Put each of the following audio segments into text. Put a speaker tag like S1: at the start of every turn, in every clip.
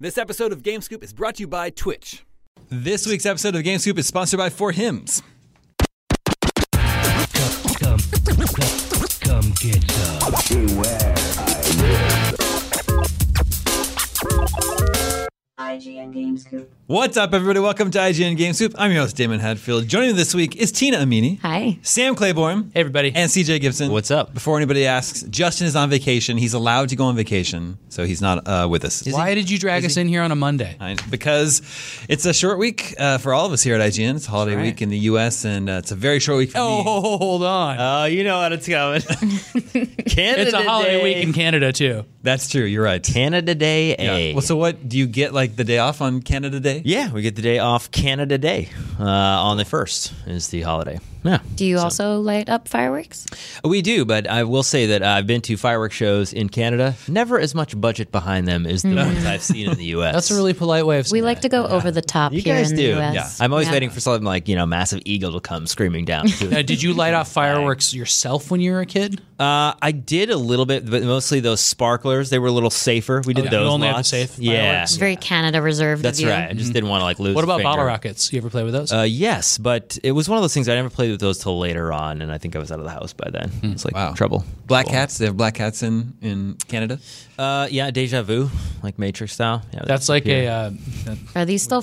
S1: This episode of Game Scoop is brought to you by Twitch. This week's episode of Game Scoop is sponsored by Four Hymns.
S2: come, come, come get some.
S3: IGN Gamescoop.
S1: What's up, everybody? Welcome to IGN Game Scoop. I'm your host, Damon Hadfield. Joining me this week is Tina Amini.
S4: Hi.
S1: Sam Claiborne.
S5: Hey, everybody.
S1: And CJ Gibson.
S5: What's up?
S1: Before anybody asks, Justin is on vacation. He's allowed to go on vacation, so he's not uh, with us.
S5: Why did you drag us in here on a Monday?
S1: I- Because it's a short week uh, for all of us here at IGN. It's holiday
S5: right.
S1: week in the U.S., and uh, it's a very short week for
S5: Oh,
S1: me.
S5: hold on.
S6: Oh, you know how it's going. Canada
S5: it's a holiday
S6: Day.
S5: week in Canada, too.
S1: That's true. You're right.
S6: Canada Day. A.
S1: Yeah. Well, so what do you get like the day off on Canada Day?
S6: yeah, we get the day off Canada Day uh, on the first is the holiday. Yeah,
S4: Do you also light up fireworks?
S6: we do. But I will say that I've been to fireworks shows in Canada. Never as much budget behind them as the ones I've seen in the U.S.
S5: Hmm. That's a really polite way of saying
S4: We like to go over the top
S6: you
S4: here
S6: guys
S4: in
S6: do.
S4: the US.
S6: Yeah, I'm always
S4: Yeah.
S6: waiting for something like you know, massive eagle to come screaming down. to-
S5: Now, Uh, did you light off fireworks yourself when you were a kid?
S6: Uh, I did a little bit, but mostly those sparklers. They were a little safer. We did
S5: yeah.
S6: those.
S5: You only had the
S6: lots.
S5: safe
S6: Yeah,
S5: fireworks?
S4: It's very Canada reserved.
S6: that's
S4: of you.
S6: right. I just didn't want to like lose.
S5: What
S6: a
S5: about bottle
S6: finger.
S5: rockets? You ever play with those?
S6: Uh, yes, but it was one of those things I never played with those till later on, and I think I was out of the house by then. It's like
S1: Wow.
S6: trouble.
S1: Black hats. They have black hats in in Canada.
S6: Uh, yeah, deja vu, like Matrix style. Yeah,
S5: That's like a
S6: yeah.
S5: uh,
S4: Are these still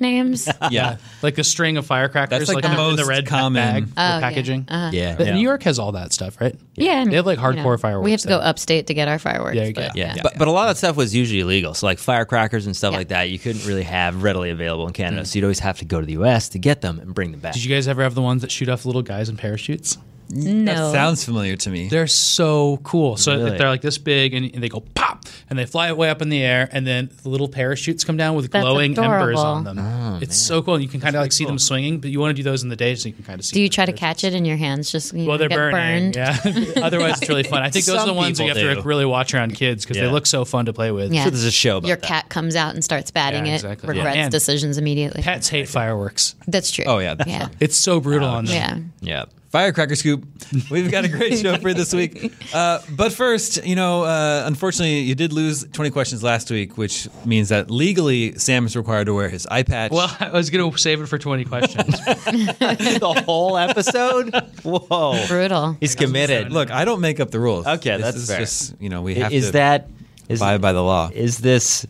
S4: names? Oh,
S1: Yeah.
S5: like a string of firecrackers,
S1: That's like the
S5: in
S1: most
S5: the red
S1: common-
S5: bag
S1: Oh,
S5: for
S4: yeah. Uh, Uh-huh.
S5: packaging.
S6: yeah.
S5: But
S6: yeah.
S5: New York has all that stuff, right?
S4: yeah.
S5: They have, like,
S4: you
S5: hardcore fireworks
S4: We have to go
S5: there.
S4: upstate to get our fireworks.
S5: Yeah, you
S4: but-
S5: get-
S6: Yeah. But, but a lot of that stuff was usually illegal. So, like firecrackers and stuff
S4: Yeah.
S6: like that, you couldn't really have readily available in Canada. So, you'd always have to go to the US to get them and bring them back.
S5: Did you guys ever have the ones that shoot off little guys in parachutes?
S4: No.
S1: That sounds familiar to me.
S5: They're so cool. So
S6: Really?
S5: they're like this big, and, and they go pop, and they fly way up in the air, and then the little parachutes come down with
S4: That's
S5: glowing embers
S4: adorable.
S5: on them.
S6: Oh,
S5: it's so cool, and you can kind of like see them swinging. But you want to do those in the day, so you can kind of see.
S4: Do you
S5: them.
S4: try to catch it in your hands? Just you
S5: Well,
S4: know,
S5: they're
S4: get
S5: burning.
S4: burned.
S5: Yeah. Otherwise, it's really fun. I think those are the
S6: Some
S5: ones that you
S6: people
S5: have to like,
S6: do.
S5: really watch around kids because
S6: Yeah.
S5: they look so fun to play with.
S4: Yeah.
S6: sure there's a show about
S4: Your
S6: that.
S4: cat comes out and starts batting
S5: Yeah,
S4: it.
S5: exactly. Yeah.
S4: Regrets
S5: And-
S4: decisions immediately.
S5: Pets hate fireworks.
S4: That's true.
S1: Oh, yeah, that's
S4: Yeah.
S5: It's so brutal on them.
S4: Yeah.
S6: Yeah.
S1: Firecracker Scoop. We've got a great show for you this week. Uh, but first, you know, uh, unfortunately, you did lose 20 questions last week, which means that legally Sam is required to wear his eye patch.
S5: Well, I was going to save it for 20 questions.
S6: the whole episode? Whoa.
S4: Brutal.
S6: He's committed.
S1: look, I don't make up the rules.
S6: Okay,
S1: This
S6: that's
S1: is
S6: fair.
S1: just, you know, we have
S6: is
S1: to
S6: that. Is,
S1: abide by the law.
S6: is this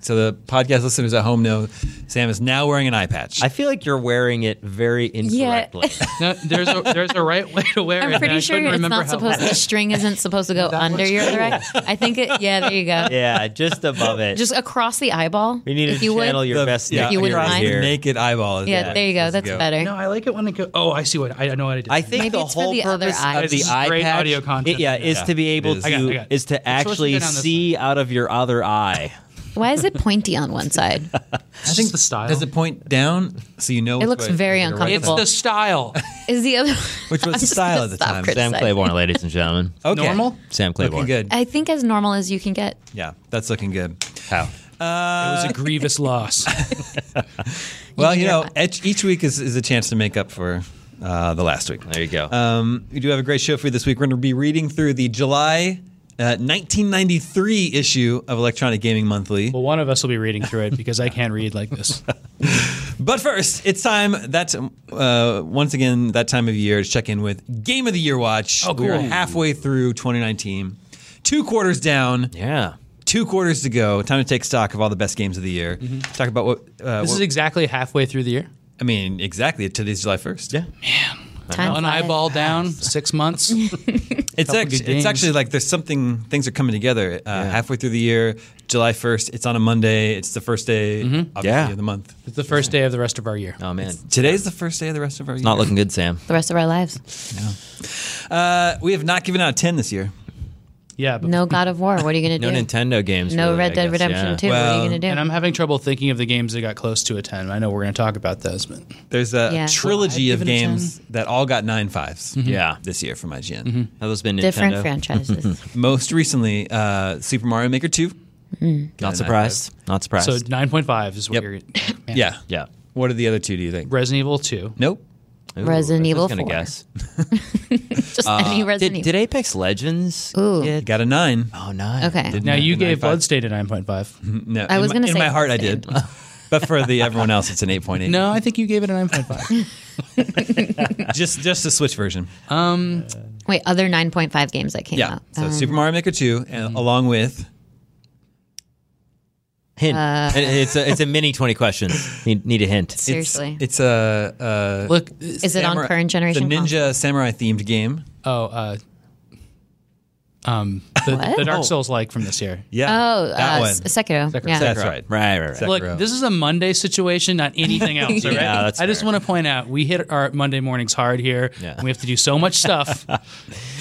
S1: So the podcast listeners at home know Sam is now wearing an eye patch.
S6: I feel like you're wearing it very incorrectly.
S5: no, there's, a, there's a right way to wear it.
S4: I'm
S5: and I
S4: pretty sure
S5: couldn't
S4: it's
S5: remember
S4: not
S5: how-
S4: supposed. The string isn't supposed to go under your other eye. I think it. Yeah, there you go.
S6: yeah, just above it.
S4: Just across the eyeball.
S6: you need to
S4: if you would.
S6: channel your
S1: The-
S6: best.
S1: yeah,
S4: If you wouldn't
S6: theories
S4: mind.
S6: here.
S1: naked eyeball. is
S4: yeah,
S1: what
S4: there you go.
S1: doesn't
S4: That's better.
S5: No, I like it when it goes. Oh, I see what I know what I did.
S6: I think
S4: Maybe
S6: the
S4: it's for
S6: whole
S4: the other
S6: purpose
S4: eye.
S6: of the
S5: This is
S6: eye
S5: great
S6: patch,
S5: audio content.
S6: it- yeah, is
S1: Yeah.
S6: to be able
S1: It is.
S6: to
S1: I
S5: got it, I got it.
S6: is to
S5: We're supposed to
S6: actually
S5: go down this
S6: see out of your other eye.
S4: Why is it pointy on one side?
S5: I think the style.
S1: Does it point down so you know?
S4: It
S1: which
S4: looks
S1: way-
S4: very
S1: is it right
S5: it's
S4: uncomfortable.
S5: the style.
S4: Is the other
S1: Which was
S4: I'm
S1: the
S4: just
S1: style
S4: gonna
S1: at the
S4: stop
S1: time.
S4: criticizing.
S6: ladies and gentlemen.
S1: side? Okay.
S5: Normal?
S6: Sam
S1: Looking good.
S4: I think as normal as you can get.
S1: Yeah, that's looking good.
S6: How?
S5: it was a grievous loss.
S1: Well,
S4: can
S1: you
S4: get
S1: know,
S4: my-
S1: each, each week is, is a chance to make up for uh, the last week.
S6: There you go.
S1: Um, we do have a great show for you this week. We're going to be reading through the July uh, 1993 issue of Electronic Gaming Monthly.
S5: Well, one of us will be reading through it because I can't read like this.
S1: But first, it's time that uh, once again that time of year to check in with Game of the Year Watch.
S5: Oh,
S1: We're
S5: cool.
S1: halfway through 2019, two quarters down,
S6: yeah.
S1: two quarters to go. Time to take stock of all the best games of the year. Talk about what uh,
S5: Mm-hmm. This
S1: what-
S5: is exactly halfway through the year.
S1: I mean exactly today's July 1st. Yeah,
S4: Time
S5: One
S4: flies.
S5: eyeball down, six months.
S1: it's
S5: Couple
S1: act-
S5: good
S1: it's
S5: games.
S1: actually like there's something things are coming together uh, halfway through the year. July 1st, it's on a Monday. It's the first day obviously
S6: Yeah.
S1: of the month.
S5: It's the first day of the rest of our year.
S6: Oh man,
S1: Today's the first day of the rest of our year.
S6: not looking good, Sam.
S4: The rest of our lives.
S1: uh, we have not given out a 10 this year.
S5: Yeah, but,
S4: No God of War. What are you gonna
S6: No
S4: do?
S6: Nintendo games.
S4: No
S6: really, I
S4: Red Dead
S6: guess,
S4: Redemption
S6: yeah.
S4: 2. what are
S1: Well,
S4: you gonna do?
S5: And I'm having trouble thinking of the games that got close to a ten. I know we're going to talk about those, but
S1: There's a
S4: Yeah.
S1: trilogy
S5: Well,
S1: of
S5: I'd give it a
S1: games that all got nine fives
S6: Yeah,
S1: this year from IGN.
S6: have those been Nintendo?
S4: Different franchises.
S1: Most recently, uh, Super Mario Maker 2.
S4: Mm.
S6: Not surprised. Not surprised.
S5: so nine point five is what
S1: Yep.
S5: you're.
S1: Yeah.
S6: yeah.
S1: What are the other two, do you think?
S5: Resident Evil two.
S1: Nope.
S6: Ooh,
S4: Resident
S6: I was
S4: Evil
S6: gonna
S4: 4.
S6: guess.
S4: Just any
S6: Did,
S4: Resident Evil.
S6: Uh, did Apex Legends?
S4: Ooh.
S6: get-
S1: Got a nine.
S6: oh nine.
S4: Okay.
S6: Did-
S5: Now you
S1: The
S5: gave
S1: 9.5.
S5: Bloodstate a 9.5.
S1: No,
S4: I was
S1: in my,
S4: gonna
S1: in
S4: say
S1: my
S4: the
S1: heart I did, but for the everyone else, it's an eight point eight.
S5: No, I think you gave it a 9.5.
S1: just just the Switch version.
S5: um,
S4: Wait, other 9.5 games that came
S1: Yeah.
S4: out.
S1: So
S4: Uh, Um, Mm-hmm.
S1: Super Mario Maker two, and along with
S6: Hint.
S4: Uh,
S6: And it's a it's a mini twenty questions. Need, need a hint.
S4: seriously.
S1: it's a uh,
S5: look.
S4: is it on
S1: samurai-
S4: current generation?
S1: It's a
S4: console?
S1: ninja samurai themed game.
S5: Oh, uh, um, the,
S4: What?
S5: the Dark Souls like from this year.
S1: Yeah.
S4: Oh,
S1: that
S4: uh,
S1: one.
S4: S- Sekiro. Yeah.
S1: That's right.
S6: Right. Right. Right.
S5: Look,
S1: Sekiro.
S5: this is a Monday situation, not anything else. all right?
S6: Yeah, that's
S5: I just
S6: fair.
S5: want to point out we hit our Monday mornings hard here.
S6: Yeah.
S5: We have to do so much stuff.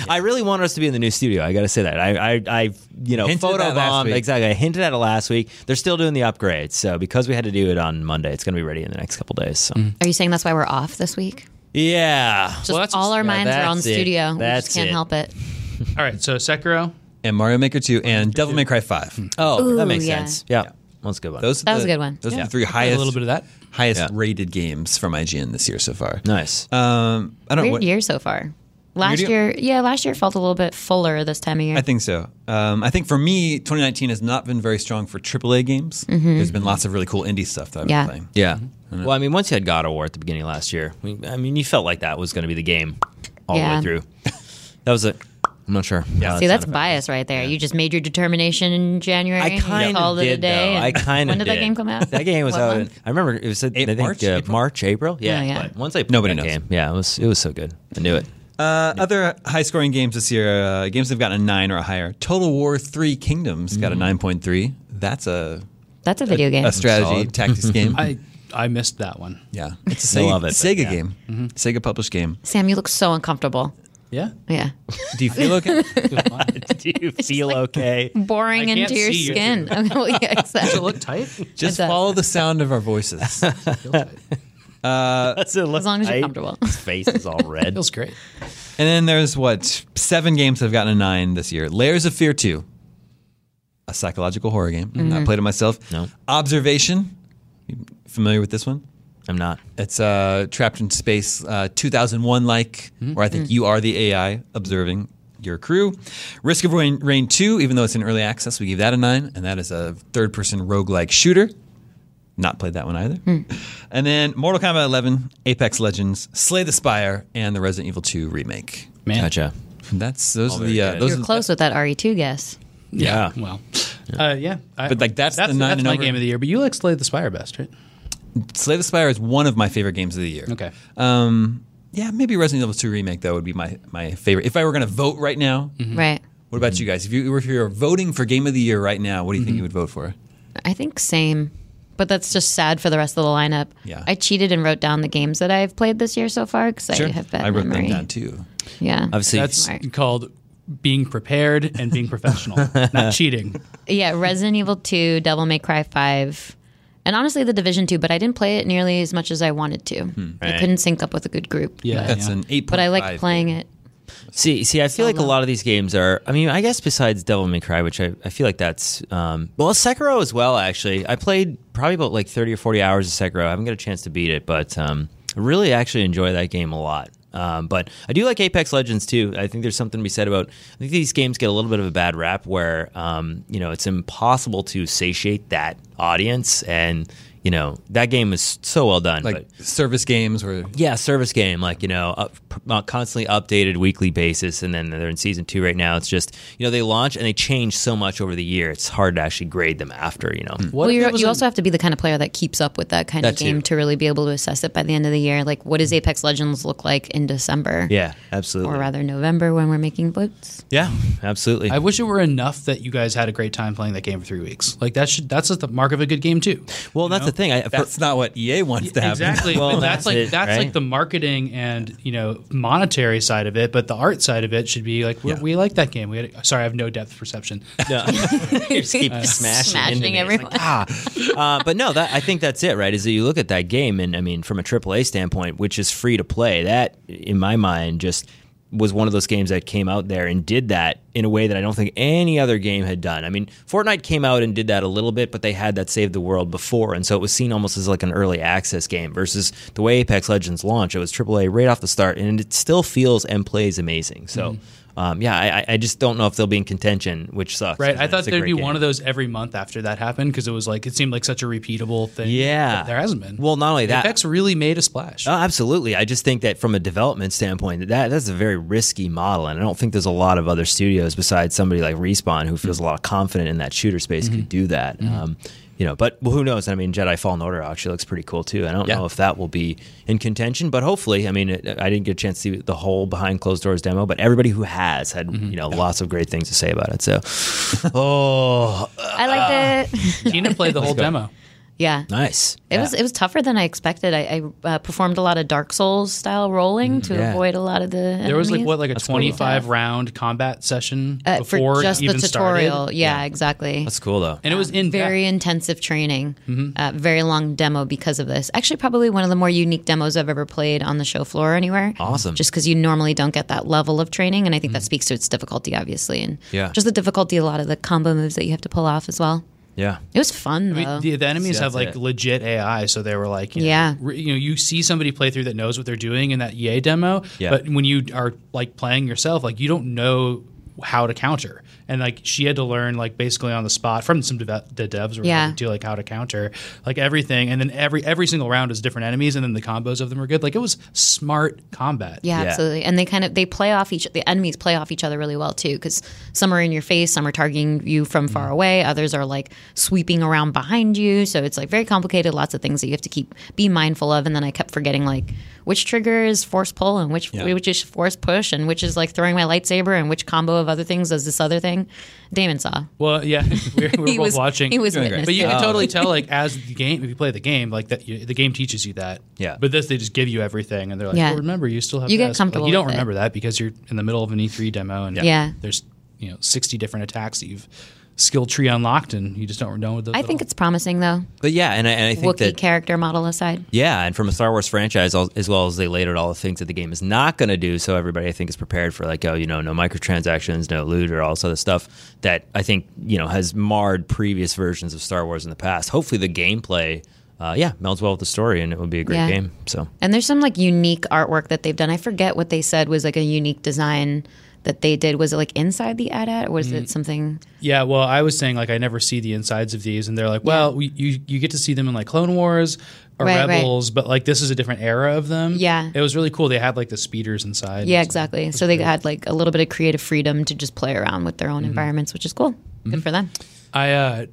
S6: I really want us to be in the new studio. I got to say that. I, I, I you know,
S1: Hinted at
S6: photo
S1: that last
S6: bomb.
S1: week.
S6: Exactly. I hinted at it last week. They're still doing the upgrade, so because we had to do it on Monday, it's going to be ready in the next couple days. So.
S4: Are you saying that's why we're off this week?
S6: Yeah.
S4: Just
S5: that's-
S4: all our
S5: yeah,
S4: minds are on
S6: that's it.
S4: studio. we
S6: That's
S4: just can't
S6: it.
S4: help it.
S5: All right, so Sekiro.
S1: and Mario Maker two and Devil May Cry five.
S6: Oh,
S4: Ooh,
S6: that makes
S4: yeah.
S6: sense. Yeah. Well, That's a good one.
S1: Those are
S4: That was
S1: the-
S4: a good one.
S1: Those are
S4: Yeah.
S1: the three
S5: A
S1: highest
S5: little bit of that.
S1: highest
S6: Yeah.
S1: rated games from IGN this year so far.
S6: nice.
S1: Um, I don't.
S4: Weird
S1: What,
S4: year so far. Last
S1: Weird
S4: year, yeah, last year felt a little bit fuller this time of year.
S1: I think so. Um, I think for me, 2019 has not been very strong for AAA games. There's been lots of really cool indie stuff that I've
S4: Mm-hmm. Yeah.
S1: been playing.
S6: yeah. Well, I mean, once you had God of War at the beginning of last year, we, I mean, you felt like that was going to be the game all
S4: Yeah.
S6: the way through. That was it. I'm not sure. Yeah.
S4: See, that's bias right there. You just made your determination in January.
S6: I
S4: and you
S6: kind of
S4: called it a
S6: did. Though.
S4: day, and-
S6: I kind of
S4: When did that game come out?
S6: That game was
S4: What
S6: out. in-
S4: month?
S6: I remember it was I think,
S1: March,
S6: uh,
S1: April?
S6: March, April. Yeah,
S4: Oh, yeah.
S6: But once I played
S1: Nobody
S6: that
S1: knows.
S6: game, yeah, it was it was so good. I knew it.
S1: Uh, Other high scoring games this year, uh, games that have gotten a nine or higher. Total War Three Kingdoms got a 9.3. That's a,
S4: That's a video game.
S1: a strategy
S6: Solid.
S1: tactics game.
S5: I I missed that one.
S1: yeah. It's a
S6: I
S1: Sega,
S6: love it, but
S1: Sega
S6: yeah.
S1: game, Sega published game.
S4: Sam, you look so uncomfortable.
S5: Yeah.
S4: Yeah,
S1: Do you feel okay?
S6: Do you feel okay?
S4: boring
S5: I can't
S4: into your
S5: see you.
S4: skin. Okay, well, yeah, exactly.
S5: Look tight.
S1: Just
S4: It does.
S1: follow the sound of our voices.
S6: That's a
S4: As long as you're comfortable.
S6: His face is all red.
S5: Feels great.
S1: And then there's what seven games have gotten a nine this year. Layers of Fear two, a psychological horror game. I played it myself.
S6: No.
S1: Observation. You familiar with this one?
S6: I'm not.
S1: It's uh, trapped in space, uh, 2001 like, where I think you are the AI observing your crew. Risk of Rain, Rain two, even though it's in early access, we gave that a nine, and that is a third person roguelike shooter. Not played that one either. And then Mortal Kombat 11, Apex Legends, Slay the Spire, and the Resident Evil 2 remake.
S5: Man.
S6: Gotcha.
S1: That's those are
S6: very
S1: the uh,
S6: good.
S1: those are
S4: You're
S1: the-
S4: close with that RE2 guess.
S5: Yeah.
S6: Yeah.
S5: Well. Uh, yeah. I-
S1: But, like, that's the nine
S5: that's
S1: and
S5: my
S1: over.
S5: game of the year. But you like Slay the Spire best, right?
S1: Slay the Spire is one of my favorite games of the year.
S5: Okay.
S1: Um, yeah, maybe Resident Evil 2 remake though would be my my favorite. If I were going to vote right now,
S4: Right.
S1: what about you guys? If you if you're voting for game of the year right now, what do you think you would vote for?
S4: I think same. But that's just sad for the rest of the lineup.
S1: Yeah.
S4: I cheated and wrote down the games that I've played this year so far because I have bad
S1: I wrote
S4: memory.
S1: them down too.
S4: Yeah.
S6: Obviously,
S5: That's
S4: Smart.
S5: called being prepared and being professional, not cheating.
S4: Yeah, Resident Evil 2, Devil May Cry 5, and honestly, The Division 2, but I didn't play it nearly as much as I wanted to. I
S5: Hmm.
S6: Right.
S4: couldn't sync up with a good group.
S5: Yeah.
S1: That's
S5: yeah.
S1: an eight.
S4: But I like playing it.
S6: See, see, I feel like a lot of these games are. I mean, I guess besides Devil May Cry, which I, I feel like that's um, well, Sekiro as well. Actually, I played probably about like thirty or forty hours of Sekiro. I haven't got a chance to beat it, but um, I really actually enjoy that game a lot. Um, but I do like Apex Legends too. I think there's something to be said about. I think these games get a little bit of a bad rap where um, you know it's impossible to satiate that audience, and you know that game is so well done.
S1: like
S6: but,
S1: service games where
S6: yeah, service game, like you know, up, uh, constantly updated weekly basis, and then they're in season two right now. It's just you know they launch and they change so much over the year. It's hard to actually grade them after you know.
S5: What
S4: Well,
S5: if
S4: you're,
S5: it was
S4: you
S5: a-
S4: also have to be the kind of player that keeps up with that kind of
S6: That too. Hmm.
S4: game to really be able to assess it by the end of the year. Like, what does Apex Legends look like in December?
S6: Yeah, absolutely.
S4: Or rather, November when we're making votes?
S6: yeah, absolutely.
S5: I wish it were enough that you guys had a great time playing that game for three weeks. Like that should that's the mark of a good game too.
S6: well, that's the thing. I, for-
S1: that's not what EA wants to happen.
S5: Exactly.
S6: Well,
S5: But
S6: that's
S5: that's like
S6: it,
S5: that's
S6: right?
S5: like the marketing and you know monetary side of it, but the art side of it should be like we we like that game. We had a, sorry, I have no depth perception.
S6: No. you just keep smashing,
S4: smashing
S6: into me. It's
S4: everyone.
S6: like, ah. Uh, but no, that, I think that's it, right? Is that you look at that game, and I mean, from a AAA standpoint, which is free to play, that in my mind just was one of those games that came out there and did that in a way that I don't think any other game had done. I mean, Fortnite came out and did that a little bit, but they had that Save the World before, and so it was seen almost as like an early access game versus the way Apex Legends launched. It was AAA right off the start, and it still feels and plays amazing. So. Um, yeah, I- I, I just don't know if they'll be in contention, which sucks.
S5: Mm-hmm. Right.
S6: 'cause
S5: I
S6: it's
S5: thought
S6: a
S5: there'd be
S6: great
S5: one
S6: game.
S5: of those every month after that happened because it was like, it seemed like such a repeatable thing.
S6: Yeah.
S5: But there hasn't been.
S6: Well, not only that,
S5: Apex really made a splash.
S6: Oh, absolutely. I just think that from a development standpoint, that that's a very risky model, and I don't think there's a lot of other studios besides somebody like Respawn who feels a lot of confident in that shooter space could do that. Um, you know, but well, who knows? I mean, Jedi Fallen Order actually looks pretty cool too. I don't
S1: Yeah.
S6: know if that will be in contention, but hopefully. I mean, it, I didn't get a chance to see the whole behind closed doors demo, but everybody who has had you know lots of great things to say about it. So, oh,
S4: I liked
S6: "Ah."
S4: it.
S5: Tina played the whole demo.
S4: yeah.
S6: nice.
S4: It was it was tougher than I expected. I, I uh, performed a lot of Dark Souls style rolling to
S6: Hmm. yeah.
S4: avoid a lot of the.
S5: There was like
S4: enemies.
S5: what, like a
S6: cool.
S5: 25 round combat session
S4: Uh,
S5: before
S4: for just
S5: it even
S4: the tutorial.
S5: started.
S4: Yeah, exactly.
S6: That's cool though.
S5: And it was in
S4: very intensive training,
S5: Mm-hmm.
S4: uh, very long demo because of this. Actually, probably one of the more unique demos I've ever played on the show floor anywhere.
S6: Awesome.
S4: Just because you normally don't get that level of training, and I
S5: Mm-hmm.
S4: think that speaks to its difficulty, obviously, and
S6: Yeah.
S4: just the difficulty, a lot of the combo moves that you have to pull off as well.
S6: yeah.
S4: It was fun though.
S5: I mean, the, the enemies
S6: See,
S5: have
S6: that's
S5: like
S6: it.
S5: legit AI, so they were like, you
S4: Mm-hmm. Yeah.
S5: know, re- you know, you see somebody play through that knows what they're doing in that EA demo,
S6: Yeah.
S5: but when you are like playing yourself, like you don't know how to counter, and like she had to learn like basically on the spot from some deve- the devs, were
S4: Yeah.
S5: yeah, to like how to counter like everything, and then every every single round is different enemies, and then the combos of them are good. Like it was smart combat.
S4: Yeah,
S6: Yeah.
S4: absolutely. And they kind of they play off each the enemies play off each other really well too because some are in your face, some are targeting you from
S6: Mm-hmm.
S4: far away, others are like sweeping around behind you. So it's like very complicated, lots of things that you have to keep be mindful of. And then I kept forgetting like which trigger is force pull and which which is force push and which is like throwing my lightsaber and which combo of other things does this other thing. Damon saw.
S5: Well, yeah, we were, we were
S4: he
S5: both
S4: was
S5: watching.
S4: He was
S1: Doing great.
S4: witness.
S5: But you
S4: to
S5: can
S4: it.
S5: totally tell, like, as the game, if you play the game, like that, you, the game teaches you that.
S6: Yeah.
S5: But this, they just give you everything, and they're like,
S4: Yeah.
S5: well, remember, you still have.
S4: You get
S5: this."
S4: comfortable
S5: Like, you don't
S4: with it.
S5: remember that because you're in the middle of an E3 demo, and
S4: Yeah.
S5: there's you know 60 different attacks that you've skill tree unlocked, and you just don't know what those.
S4: I think it's promising though.
S6: But yeah, and I, and I think
S4: Wookiee
S6: that
S4: character model aside.
S6: Yeah, and from a Star Wars franchise, al- as well as they laid out all the things that the game is not going to do, so everybody I think is prepared for like, oh, you know, no microtransactions, no loot, or all this other stuff that I think you know has marred previous versions of Star Wars in the past. Hopefully, the gameplay, uh, yeah, melds well with the story, and it would be a great
S4: Yeah.
S6: game. So
S4: And there's some like unique artwork that they've done. I forget what they said was like a unique design that they did. Was it like inside the AT-AT or was it something?
S5: Yeah, well, Mm. I was saying like I never see the insides of these, and they're like, well, we, you you get to see them in like Clone Wars or
S4: Right, right.
S5: Rebels, but like this is a different era of them.
S4: Yeah.
S5: it was really cool. They had like the speeders inside.
S4: Yeah,
S5: and stuff.
S4: exactly. So they had like a little bit of creative freedom to just play around with their own
S5: Mm-hmm.
S4: environments, which is cool. Good for them.
S5: I uh,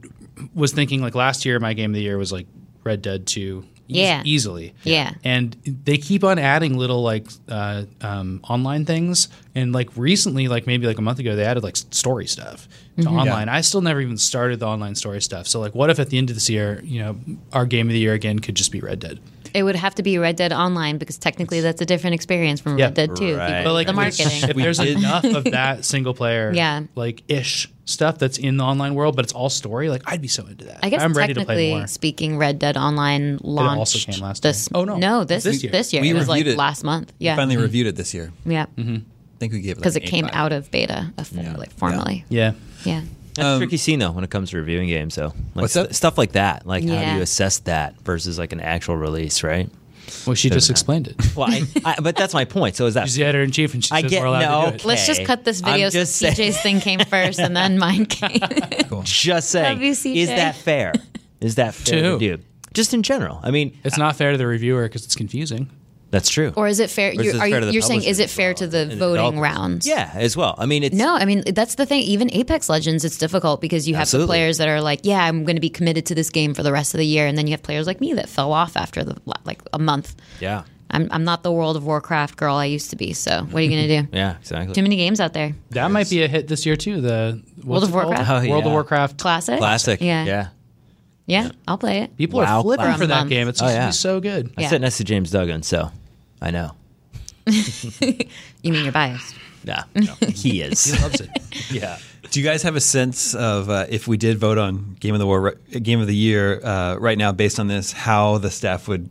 S5: was thinking like last year, my game of the year was like Red Dead Two. eas-
S4: Yeah.
S5: easily.
S4: Yeah.
S5: and they keep on adding little like uh, um, online things, and like recently, like maybe like a month ago, they added like s- story stuff to
S4: Mm-hmm.
S5: online. I still never even started the online story stuff. So like, what if at the end of this year, you know, our game of the year again could just be Red Dead?
S4: It would have to be Red Dead Online because technically that's a different experience from
S5: Yeah.
S4: Red Dead 2. if you
S6: Right.
S4: put
S5: But like
S4: the
S5: if-
S4: marketing.
S5: if there's enough of that single player,
S4: Yeah.
S5: like ish stuff that's in the online world, but it's all story. Like I'd be so into that.
S4: I guess
S5: I'm ready to play
S4: technically
S5: more.
S4: speaking, Red Dead Online launched
S5: also came last
S4: this.
S5: year. Oh, no.
S4: no, this
S5: This year.
S4: This year.
S1: We
S4: it was like
S1: reviewed it.
S4: last month.
S1: We
S4: Yeah,
S1: finally reviewed it this year.
S4: yeah,
S5: Mm-hmm.
S1: I think we gave it
S4: because
S1: like an
S4: it came
S1: 8.5.
S4: out of beta, uh, for- like formally.
S5: Yeah.
S4: yeah.
S6: that's
S1: Um,
S6: a tricky scene though when it comes to reviewing games. So like
S1: What's that?
S6: st- stuff like that, like how
S4: Yeah.
S6: do you assess that versus like an actual release, right?
S5: Well, she just explained it.
S6: Well, I, I, but that's my point. So is that
S5: She's the editor in chief, and she's
S6: I
S5: says
S6: get-
S5: we're allowed
S6: no.
S5: to do it.
S4: Let's just
S6: Okay.
S4: cut this video.
S6: I'm just
S4: so
S6: saying-
S4: CJ's thing came first, and then mine came.
S6: just saying?
S4: Love you, CJ.
S6: Is that fair? Is that fair
S5: To
S6: to
S5: who?
S6: do? Just in general. I mean,
S5: It's not fair to the reviewer because it's confusing.
S6: that's true.
S4: or is it fair?
S6: is
S4: You're,
S6: it
S4: are
S6: fair
S4: you,
S6: to the
S4: you're saying is
S6: publishers
S4: it
S6: as
S4: fair
S6: well
S4: to the
S6: and the
S4: voting
S6: developers?
S4: rounds?
S6: Yeah, as well. I mean, it's
S4: No, I mean that's the thing. Even Apex Legends, it's difficult because you have the
S6: Absolutely.
S4: players that are like, "Yeah, I'm going to be committed to this game for the rest of the year," and then you have players like me that fell off after the like a month.
S6: Yeah,
S4: I'm I'm not the World of Warcraft girl I used to be. So what are you going to do?
S6: yeah, exactly.
S4: Too many games out there.
S5: That might be a hit this year too. The what's
S4: World of
S5: it called?
S4: Warcraft?
S6: Oh,
S5: World of
S6: yeah.
S5: Warcraft.
S4: Classic.
S6: Classic.
S4: Yeah.
S6: yeah.
S4: Yeah. I'll play it.
S5: People
S6: Wow.
S5: are flipping
S4: For a
S5: for that
S4: month.
S5: game. It's
S6: Oh,
S5: supposed to
S6: yeah.
S5: be so good.
S6: I
S4: Yeah.
S6: sit next to James Duggan, so I know.
S4: You mean you're biased?
S6: Yeah, he is.
S5: Loves it.
S6: yeah,
S1: Do you guys have a sense of uh, if we did vote uh, on Game of the War, Game of the Year uh, right now, based on this, how the staff would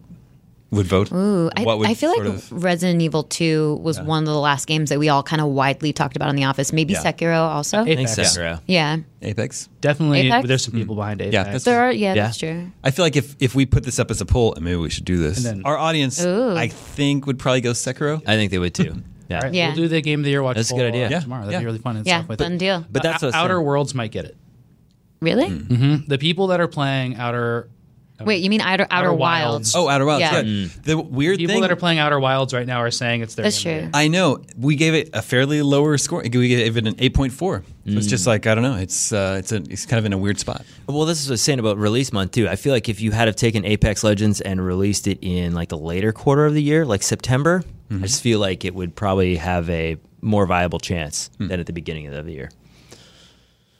S1: would vote?
S4: Ooh, I,
S1: What would
S4: I feel like
S1: sort of-
S4: Resident Evil 2 was one of the last games that we all kind of widely talked about in the office. Maybe
S1: Yeah.
S4: Sekiro also.
S6: I think
S5: Apex.
S6: Sekiro.
S4: yeah.
S1: Apex.
S5: Definitely,
S4: Apex?
S5: there's some people behind Apex.
S1: that's-
S4: There are, yeah,
S6: Yeah.
S4: that's true.
S1: I feel like if, if we put this up as a poll, and maybe we should do this,
S5: And then-
S1: our audience,
S4: Ooh.
S1: I think, would probably go Sekiro.
S6: I think they would too. Yeah.
S5: All right,
S4: Yeah.
S5: We'll do the game of the year watch.
S6: That's a
S5: poll,
S6: good idea.
S5: uh,
S1: Yeah.
S5: Tomorrow, that'd be
S1: Yeah.
S5: really fun. And
S4: Yeah,
S5: stuff with
S4: done
S5: it.
S4: deal.
S6: But that's
S5: O-
S6: what I was
S5: Outer
S6: saying.
S5: Worlds might get it.
S4: Really?
S1: Mm-hmm.
S5: The people that are playing Outer,
S4: Wait, you mean Outer, outer,
S5: Outer
S4: Wilds?
S5: Wilds.
S1: Oh, Outer Wilds.
S4: Yeah.
S1: Yeah. The weird
S5: people
S1: thing.
S5: that are playing Outer Wilds right now are saying it's their.
S4: That's
S5: game of the
S4: true.
S5: year.
S1: I know we gave it a fairly lower score. We gave it an eight point four. So It's just like I don't know. It's uh, it's a, it's kind of in a weird spot.
S6: Well, this is what I was saying about release month too. I feel like if you had have taken Apex Legends and released it in like the later quarter of the year, like September,
S1: Mm-hmm.
S6: I just feel like it would probably have a more viable chance
S1: Hmm.
S6: than at the beginning of the year.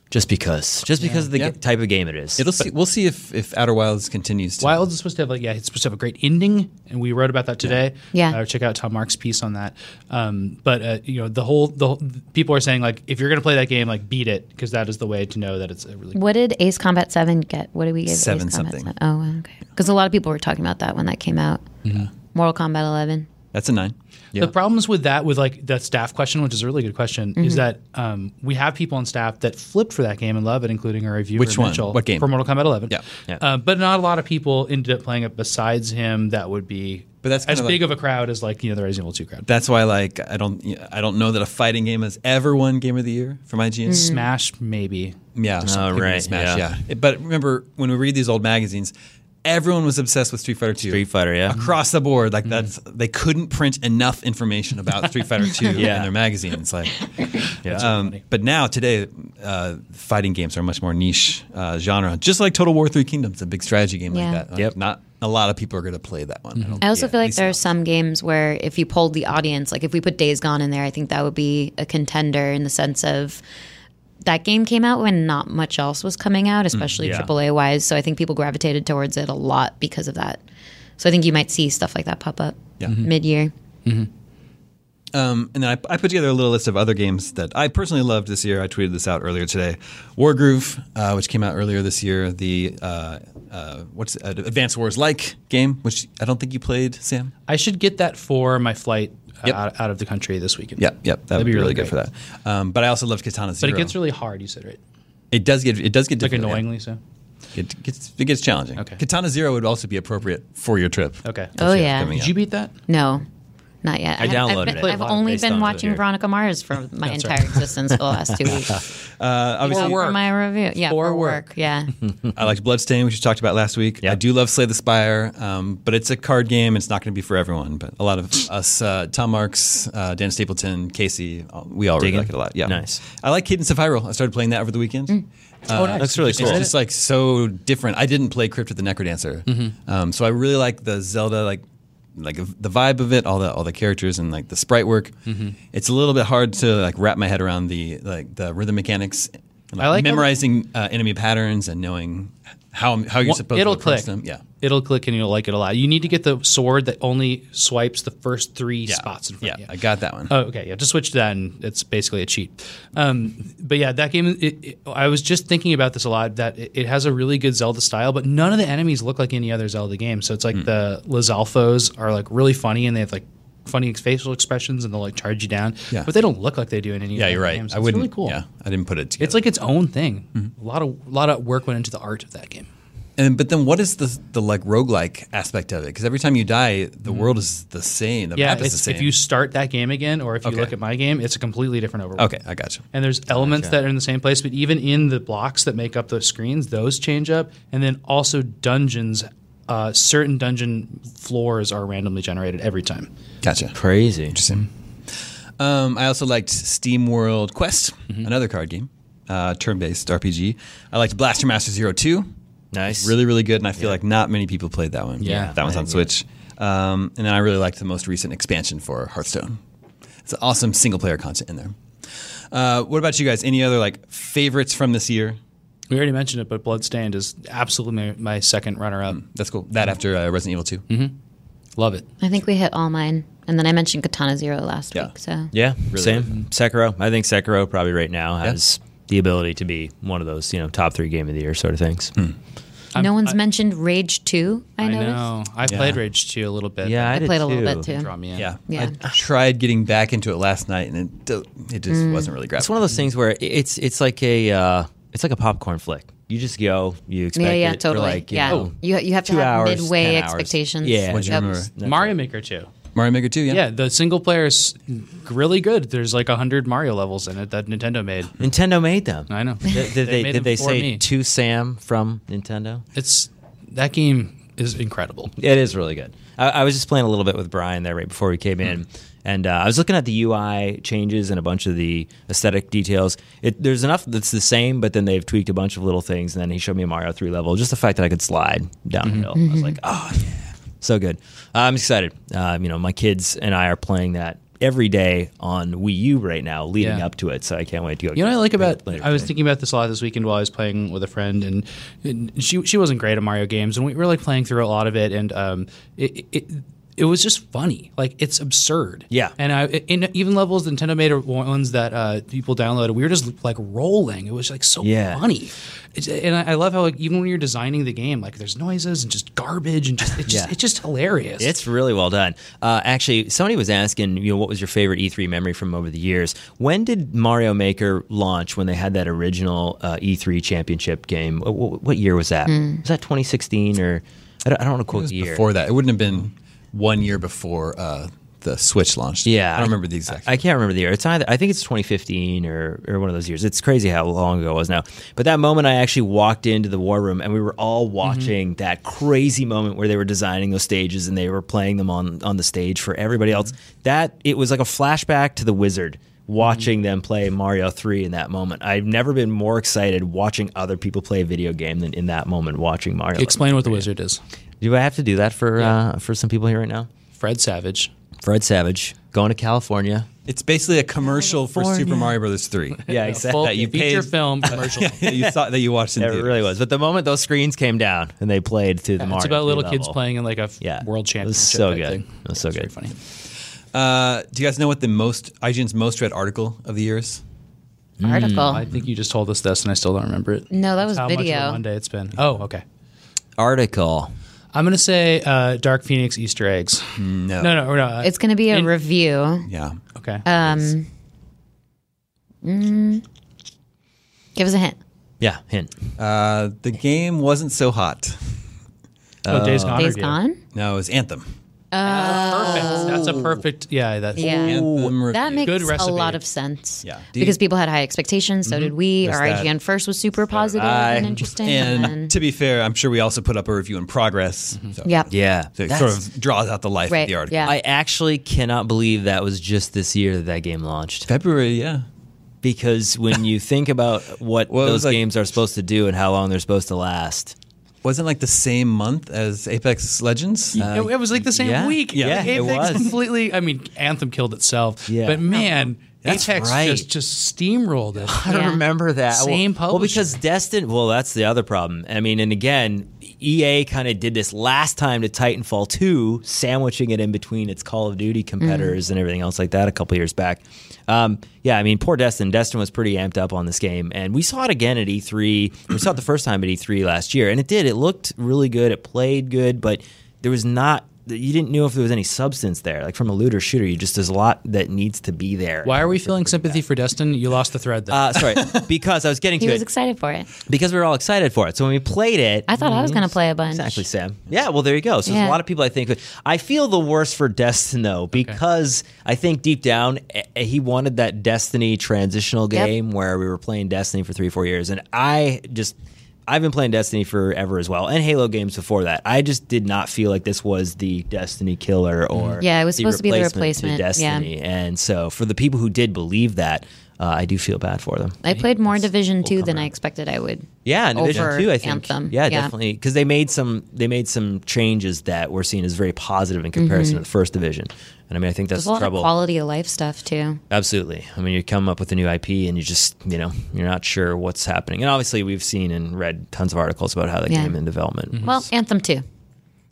S6: Just because, just because of the
S1: Yeah.
S6: g- type of game it is.
S1: It'll see. We'll see if if Outer Wilds continues. to
S5: Wilds is supposed to have like yeah, it's supposed to have a great ending, and we wrote about that today.
S4: Yeah.
S5: Uh, check out Tom Mark's piece on that. Um, but uh, you know, the whole the whole, people are saying like if you're gonna play that game, like beat it because that is the way to know that it's a really.
S4: What did Ace Combat 7 get? What did we give
S1: Seven
S4: Ace Combat
S1: something.
S4: 7? Oh, okay. Because a lot of people were talking about that when that came out.
S1: Mm-hmm.
S4: Mortal Kombat 11.
S1: That's a nine. Yeah.
S5: The problems with that, with like that staff question, which is a really good question,
S4: Mm-hmm.
S5: is that um, we have people on staff that flipped for that game and love it, including our reviewer
S1: Which one?
S5: Mitchell
S1: What game?
S5: for Mortal Kombat 11.
S1: Yeah.
S6: Yeah.
S5: Uh, but not a lot of people ended up playing it besides him. That would be
S1: But that's
S5: as
S1: kinda
S5: big
S1: like-
S5: of a crowd as like you know the Resident Evil 2 crowd.
S1: That's why like I don't I don't know that a fighting game has ever won Game of the Year from IGN.
S4: Mm.
S5: Smash maybe.
S1: Yeah. or something
S6: right,
S1: in Smash.
S6: yeah.
S1: Yeah. But remember when we read these old magazines, everyone was obsessed with Street Fighter Two.
S6: Street Fighter, yeah.
S1: across the board.
S6: Mm-hmm.
S1: Like that's they couldn't print enough information about Street Fighter Two
S6: Yeah.
S1: in their magazines. Like,
S6: That's
S1: um, but now today, uh, fighting games are a much more niche uh, genre. Just like Total War Three Kingdoms, a big strategy game
S4: Yeah.
S1: like that. Like,
S6: Yep. Mm-hmm.
S1: Not a lot of people are going to play that one. I don't
S4: I also
S1: yeah,
S4: feel
S1: at
S4: like
S1: least
S4: there are
S1: not.
S4: some games where if you polled the audience, like if we put Days Gone in there, I think that would be a contender in the sense of that game came out when not much else was coming out, especially
S6: yeah.
S4: AAA wise. So I think people gravitated towards it a lot because of that. So I think you might see stuff like that pop up
S1: Yeah.
S4: mid year.
S1: Um, and then I, I put together a little list of other games that I personally loved this year. I tweeted this out earlier today. Wargroove, uh, which came out earlier this year, the uh, uh, what's it, uh, Advanced Wars like game, which I don't think you played, Sam.
S5: I should get that for my flight uh,
S1: Yep.
S5: out, out of the country this weekend.
S1: Yep, yep, that
S5: That'd
S1: would be
S5: be
S1: really,
S5: really
S1: good for
S5: great.
S1: that. Um, but I also loved Katana
S5: But
S1: Zero.
S5: it gets really hard, you said, right?
S1: It does get it does get
S5: Like
S1: difficult, yeah.
S5: annoyingly so.
S1: It gets it gets challenging.
S5: Okay.
S1: Katana Zero would also be appropriate for your trip.
S5: Okay.
S4: Oh, yeah.
S1: coming
S5: Did you beat that?
S4: No, not yet. I, have-
S6: downloaded
S4: I've been,
S6: it.
S4: I've only
S6: Based
S4: been
S6: on the
S4: watching
S6: video.
S4: Veronica Mars for my entire existence for the last two weeks.
S1: Uh, obviously,
S4: for
S5: work.
S4: my review. Yeah,
S5: For
S4: for,
S5: work.
S4: work. Yeah.
S1: I liked Bloodstain, which we talked about last week. I do love Slay the Spire, um, but it's a card game. It's not going to be for everyone. But a lot of us, uh, Tom Marks, uh, Dan Stapleton, Casey, uh, we all really
S6: Digging.
S1: like it a lot. Yeah,
S6: Nice.
S1: I like Cadence of Hyrule. I started playing that over the weekend.
S4: Mm.
S5: oh, nice.
S6: Looks really
S5: Did you
S6: cool.
S5: play
S1: It's
S5: it?
S1: just like so different. I didn't play Crypt of the Necrodancer,
S5: Mm-hmm.
S1: um, so I really like the Zelda like like the vibe of it, all the all the characters and like the sprite work.
S5: Mm-hmm.
S1: It's a little bit hard to like wrap my head around the like the rhythm mechanics. And,
S5: I like how-
S1: memorizing uh, enemy patterns and knowing how how you're
S5: Well,
S1: supposed
S5: it'll
S1: to approach
S5: click.
S1: them. Yeah,
S5: It'll click and you'll like it a lot. You need to get the sword that only swipes the first three
S1: yeah,
S5: spots in
S1: yeah.
S5: front of
S1: I
S5: you.
S1: got that one.
S5: Oh, okay. Yeah, just switch to that, and it's basically a cheat. Um, but yeah, that game. It, it, I was just thinking about this a lot. That it, it has a really good Zelda style, but none of the enemies look like any other Zelda game. So
S1: Hmm.
S5: it's like the Lizalfos are like really funny, and they have like funny facial expressions, and they'll like charge you down.
S1: Yeah.
S5: But they don't look like they do in any.
S1: yeah,
S5: other
S1: you're right.
S5: Game, so
S1: I
S5: it's
S1: wouldn't.
S5: Really cool.
S1: Yeah, Mm-hmm. I didn't put it together.
S5: It's like its own thing. A lot of a lot of work went into the art of that game.
S1: And but then what is the the like roguelike aspect of it? Because every time you die, the world is the same. The
S5: Mm-hmm. Yeah,
S1: map is the
S5: it's,
S1: same.
S5: if you start that game again, or if you
S1: Okay.
S5: look at my game, it's a completely different overworld.
S1: okay, I got you.
S5: and there's elements that are in the same place, but even in the blocks that make up those screens, those change up, and then also dungeons. Uh, certain dungeon floors are randomly generated every time.
S1: Gotcha.
S6: crazy.
S1: Interesting. Um, I also liked Steam World Quest, another card game, uh, turn-based RPG. I liked Blaster Master Zero Two,
S6: Nice.
S1: really really good, and I feel like not many people played that one.
S5: Yeah.
S1: that one's on Switch. Um, and then I really liked the most recent expansion for Hearthstone. It's awesome single-player content in there. Uh, what about you guys? Any other like favorites from this year?
S5: We already mentioned it, but Bloodstained is absolutely my, my second runner-up.
S6: Hmm.
S1: That's cool. That after uh, Resident Evil 2
S5: Love it.
S4: I think we hit all mine. And then I mentioned Katana Zero last
S1: Yeah.
S4: week. So
S6: Yeah,
S1: Really
S6: same. Sekiro. I think Sekiro probably right now has the ability to be one of those, you know, top three game of the year sort of things.
S4: no one's mentioned Rage 2, I,
S5: I
S4: noticed.
S5: know. I played Rage 2 a little bit.
S6: Yeah, I,
S4: I
S6: did
S4: played a little
S6: too.
S4: bit too.
S5: It Draw me in.
S1: Yeah.
S4: Yeah.
S1: I tried getting back into it last night and it, do- it just wasn't really grabbing.
S6: Mm. It's one of those things where i- it's it's like a uh, it's like a popcorn flick. You just go, you expect
S4: Yeah, yeah,
S6: it.
S4: totally.
S6: You're like, you
S4: yeah. Oh.
S6: know,
S4: you, you have to
S6: two
S4: have
S6: hours,
S4: midway
S6: 10 hours.
S4: expectations.
S6: Yeah.
S1: What'd you
S4: Yep.
S1: remember?
S5: Mario Maker 2.
S1: Mario Maker 2, yeah.
S5: Yeah, the single player is really good. There's like 100 Mario levels in it that Nintendo made.
S6: Nintendo made them.
S5: I know.
S6: Did, did
S5: They
S6: they,
S5: made them
S6: did they
S5: for
S6: say
S5: me.
S6: to Sam from Nintendo?
S5: It's that game is incredible.
S6: It is really good. I, I was just playing a little bit with Brian there right before we came
S5: Hmm.
S6: in, and uh, I was looking at the UI changes and a bunch of the aesthetic details. It, there's enough that's the same, but then they've tweaked a bunch of little things. And then he showed me a Mario three level. Just the fact that I could slide down
S5: Mm-hmm.
S6: a hill, I was like, oh yeah, so good. I'm excited. Uh, you know, my kids and I are playing that every day on Wii U right now, leading
S5: Yeah.
S6: up to it. So I can't wait to go.
S5: You know what I like about?
S6: later
S5: I was
S6: today.
S5: thinking about this a lot this weekend while I was playing with a friend, and, and she she wasn't great at Mario games, and we were like playing through a lot of it, and um, it. it it was just funny, like it's absurd.
S6: Yeah.
S5: and I in even levels Nintendo made are ones that uh, people downloaded, we were just like rolling. It was like so
S6: Yeah.
S5: funny, it's, and I, I love how like even when you're designing the game, like there's noises and just garbage and just it's just
S6: Yeah.
S5: it's just hilarious.
S6: It's really well done. Uh, actually, somebody was asking, you know, what was your favorite E3 memory from over the years? When did Mario Maker launch? When they had that original uh, E3 championship game? What, what, what year was that? Was that 2016 or I don't, I don't want to
S1: Hmm. It
S6: quote
S1: was
S6: the year.
S1: before that. It wouldn't have been one year before uh, the Switch launched.
S6: Yeah,
S1: I don't remember the exact.
S6: I can't remember the year. It's either I think it's 2015 or or one of those years. It's crazy how long ago it was now. But that moment, I actually walked into the war room, and we were all watching that crazy moment where they were designing those stages and they were playing them on on the stage for everybody else. That it was like a flashback to the Wizard. Watching them play Mario 3 in that moment. I've never been more excited watching other people play a video game than in that moment watching Mario.
S5: Explain what the wizard is.
S6: Do I have to do that for uh, for some people here right now?
S5: Fred Savage.
S6: Fred Savage going to California.
S1: It's basically a commercial for Super Mario Brothers 3.
S6: Yeah,
S5: uh, Full
S1: That you
S5: feature
S1: paid-
S5: film commercial.
S1: that you saw that you watched in
S6: Yeah,
S1: theaters.
S6: it really was. But the moment those screens came down and they played through the Mario,
S5: It's about little
S6: level.
S5: kids playing in like a f-
S6: Yeah,
S5: world
S6: It was
S5: championship.
S6: so
S5: type
S6: good.
S5: thing.
S6: It was so good.
S5: Funny.
S1: Uh, do you guys know what the most IGN's most read article of the year is?
S6: Mm.
S4: Article.
S5: I think you just told us this, and I still don't remember it.
S4: no, that was
S5: How much of a
S4: video.
S5: Monday it's been? Oh, okay.
S6: Article.
S5: I'm gonna say uh, Dark Phoenix Easter eggs.
S1: No.
S5: No, no, no. uh,
S4: It's going to be a review.
S1: Yeah.
S5: okay.
S4: Um, mm, give us a hint.
S6: Yeah, hint.
S1: Uh, the game wasn't so hot.
S5: oh, Days Gone.
S4: Days
S5: review.
S4: Gone. Oh.
S1: No, it was Anthem.
S5: Perfect. That's a perfect. Yeah. That's
S4: Yeah.
S1: Anthem
S4: That
S1: review.
S4: makes
S5: Good
S4: a
S5: recipe. Mm-hmm.
S4: lot of sense.
S1: Yeah. Do you-
S4: Because people had high expectations, so did we. Our
S1: that.
S4: IGN first was super positive and interesting. And,
S1: and to be fair, I'm sure we also put up a review in progress.
S6: Mm-hmm.
S1: So,
S4: yep.
S6: Yeah.
S1: so it
S6: That's-
S1: sort of draws out the life
S4: Right,
S1: of the article.
S4: yeah.
S6: I actually cannot believe that was just this year that that game launched.
S1: February, yeah.
S6: Because when you think about what
S1: Well, it was
S6: those
S1: like-
S6: games are supposed to do and how long they're supposed to last,
S1: Wasn't like the same month as Apex Legends. Uh,
S5: It, it was like the same
S6: Yeah.
S5: week.
S1: Yeah.
S5: Like,
S6: Yeah, it
S5: Apex
S6: was.
S5: completely. I mean, Anthem killed itself.
S6: Yeah.
S5: But man,
S6: That's
S5: Apex
S6: right.
S5: just just steamrolled it.
S6: I
S4: Yeah.
S6: remember that. Well-
S5: Same
S6: well,
S5: publisher.
S6: because Destin. Well, that's the other problem. I mean, and again, EA kind of did this last time to Titanfall 2, sandwiching it in between its Call of
S5: Mm.
S6: Duty competitors and everything else like that a couple years back. Um, yeah, I mean, poor Destin. Destin was pretty amped up on this game, and we saw it again at E3. We saw it the first time at E3 last year, and it did. It looked really good. It played good, but there was not. You didn't know if there was any substance there. Like from a looter shooter, you just there's a lot that needs to be there.
S5: Why are we feeling sympathy for Destin? You lost the thread. There.
S6: Uh, sorry, because I was getting
S4: He
S6: to
S4: was
S6: it
S4: excited for it.
S6: because we were all excited for it. So when we played it,
S4: I thought I was going to
S5: Mm-hmm.
S4: play a bunch.
S6: exactly, Sam. Yeah, well, there you go. So there's
S4: Yeah.
S6: a lot of people I think. I feel the worst for Destin though, because I think deep down eh, eh, he wanted that Destiny transitional
S4: Yep.
S6: game where we were playing Destiny for three, four years, and I just. I've been playing Destiny forever as well, and Halo games before that. I just did not feel like this was the Destiny killer or
S4: Mm-hmm. Yeah, it was supposed to be the replacement,
S6: to
S4: yeah.
S6: Destiny. And so, for the people who did believe that, uh, I do feel bad for them.
S4: I played more Division Two
S6: come
S4: than I
S6: around.
S4: expected I would.
S6: Yeah, and Division
S4: over
S6: Two, I think.
S4: Anthem.
S6: Yeah,
S4: Yeah.
S6: definitely, because they made some they made some changes that were seen as very positive in comparison to the first division. And I mean, I think that's
S4: Mm-hmm. There's a
S6: the
S4: lot
S6: trouble.
S4: of quality of life stuff too.
S6: Absolutely. I mean, you come up with a new IP and you just you know you're not sure what's happening. And obviously, we've seen and read tons of articles about how that
S4: Yeah.
S6: game in development. was-
S4: Well, Anthem Two,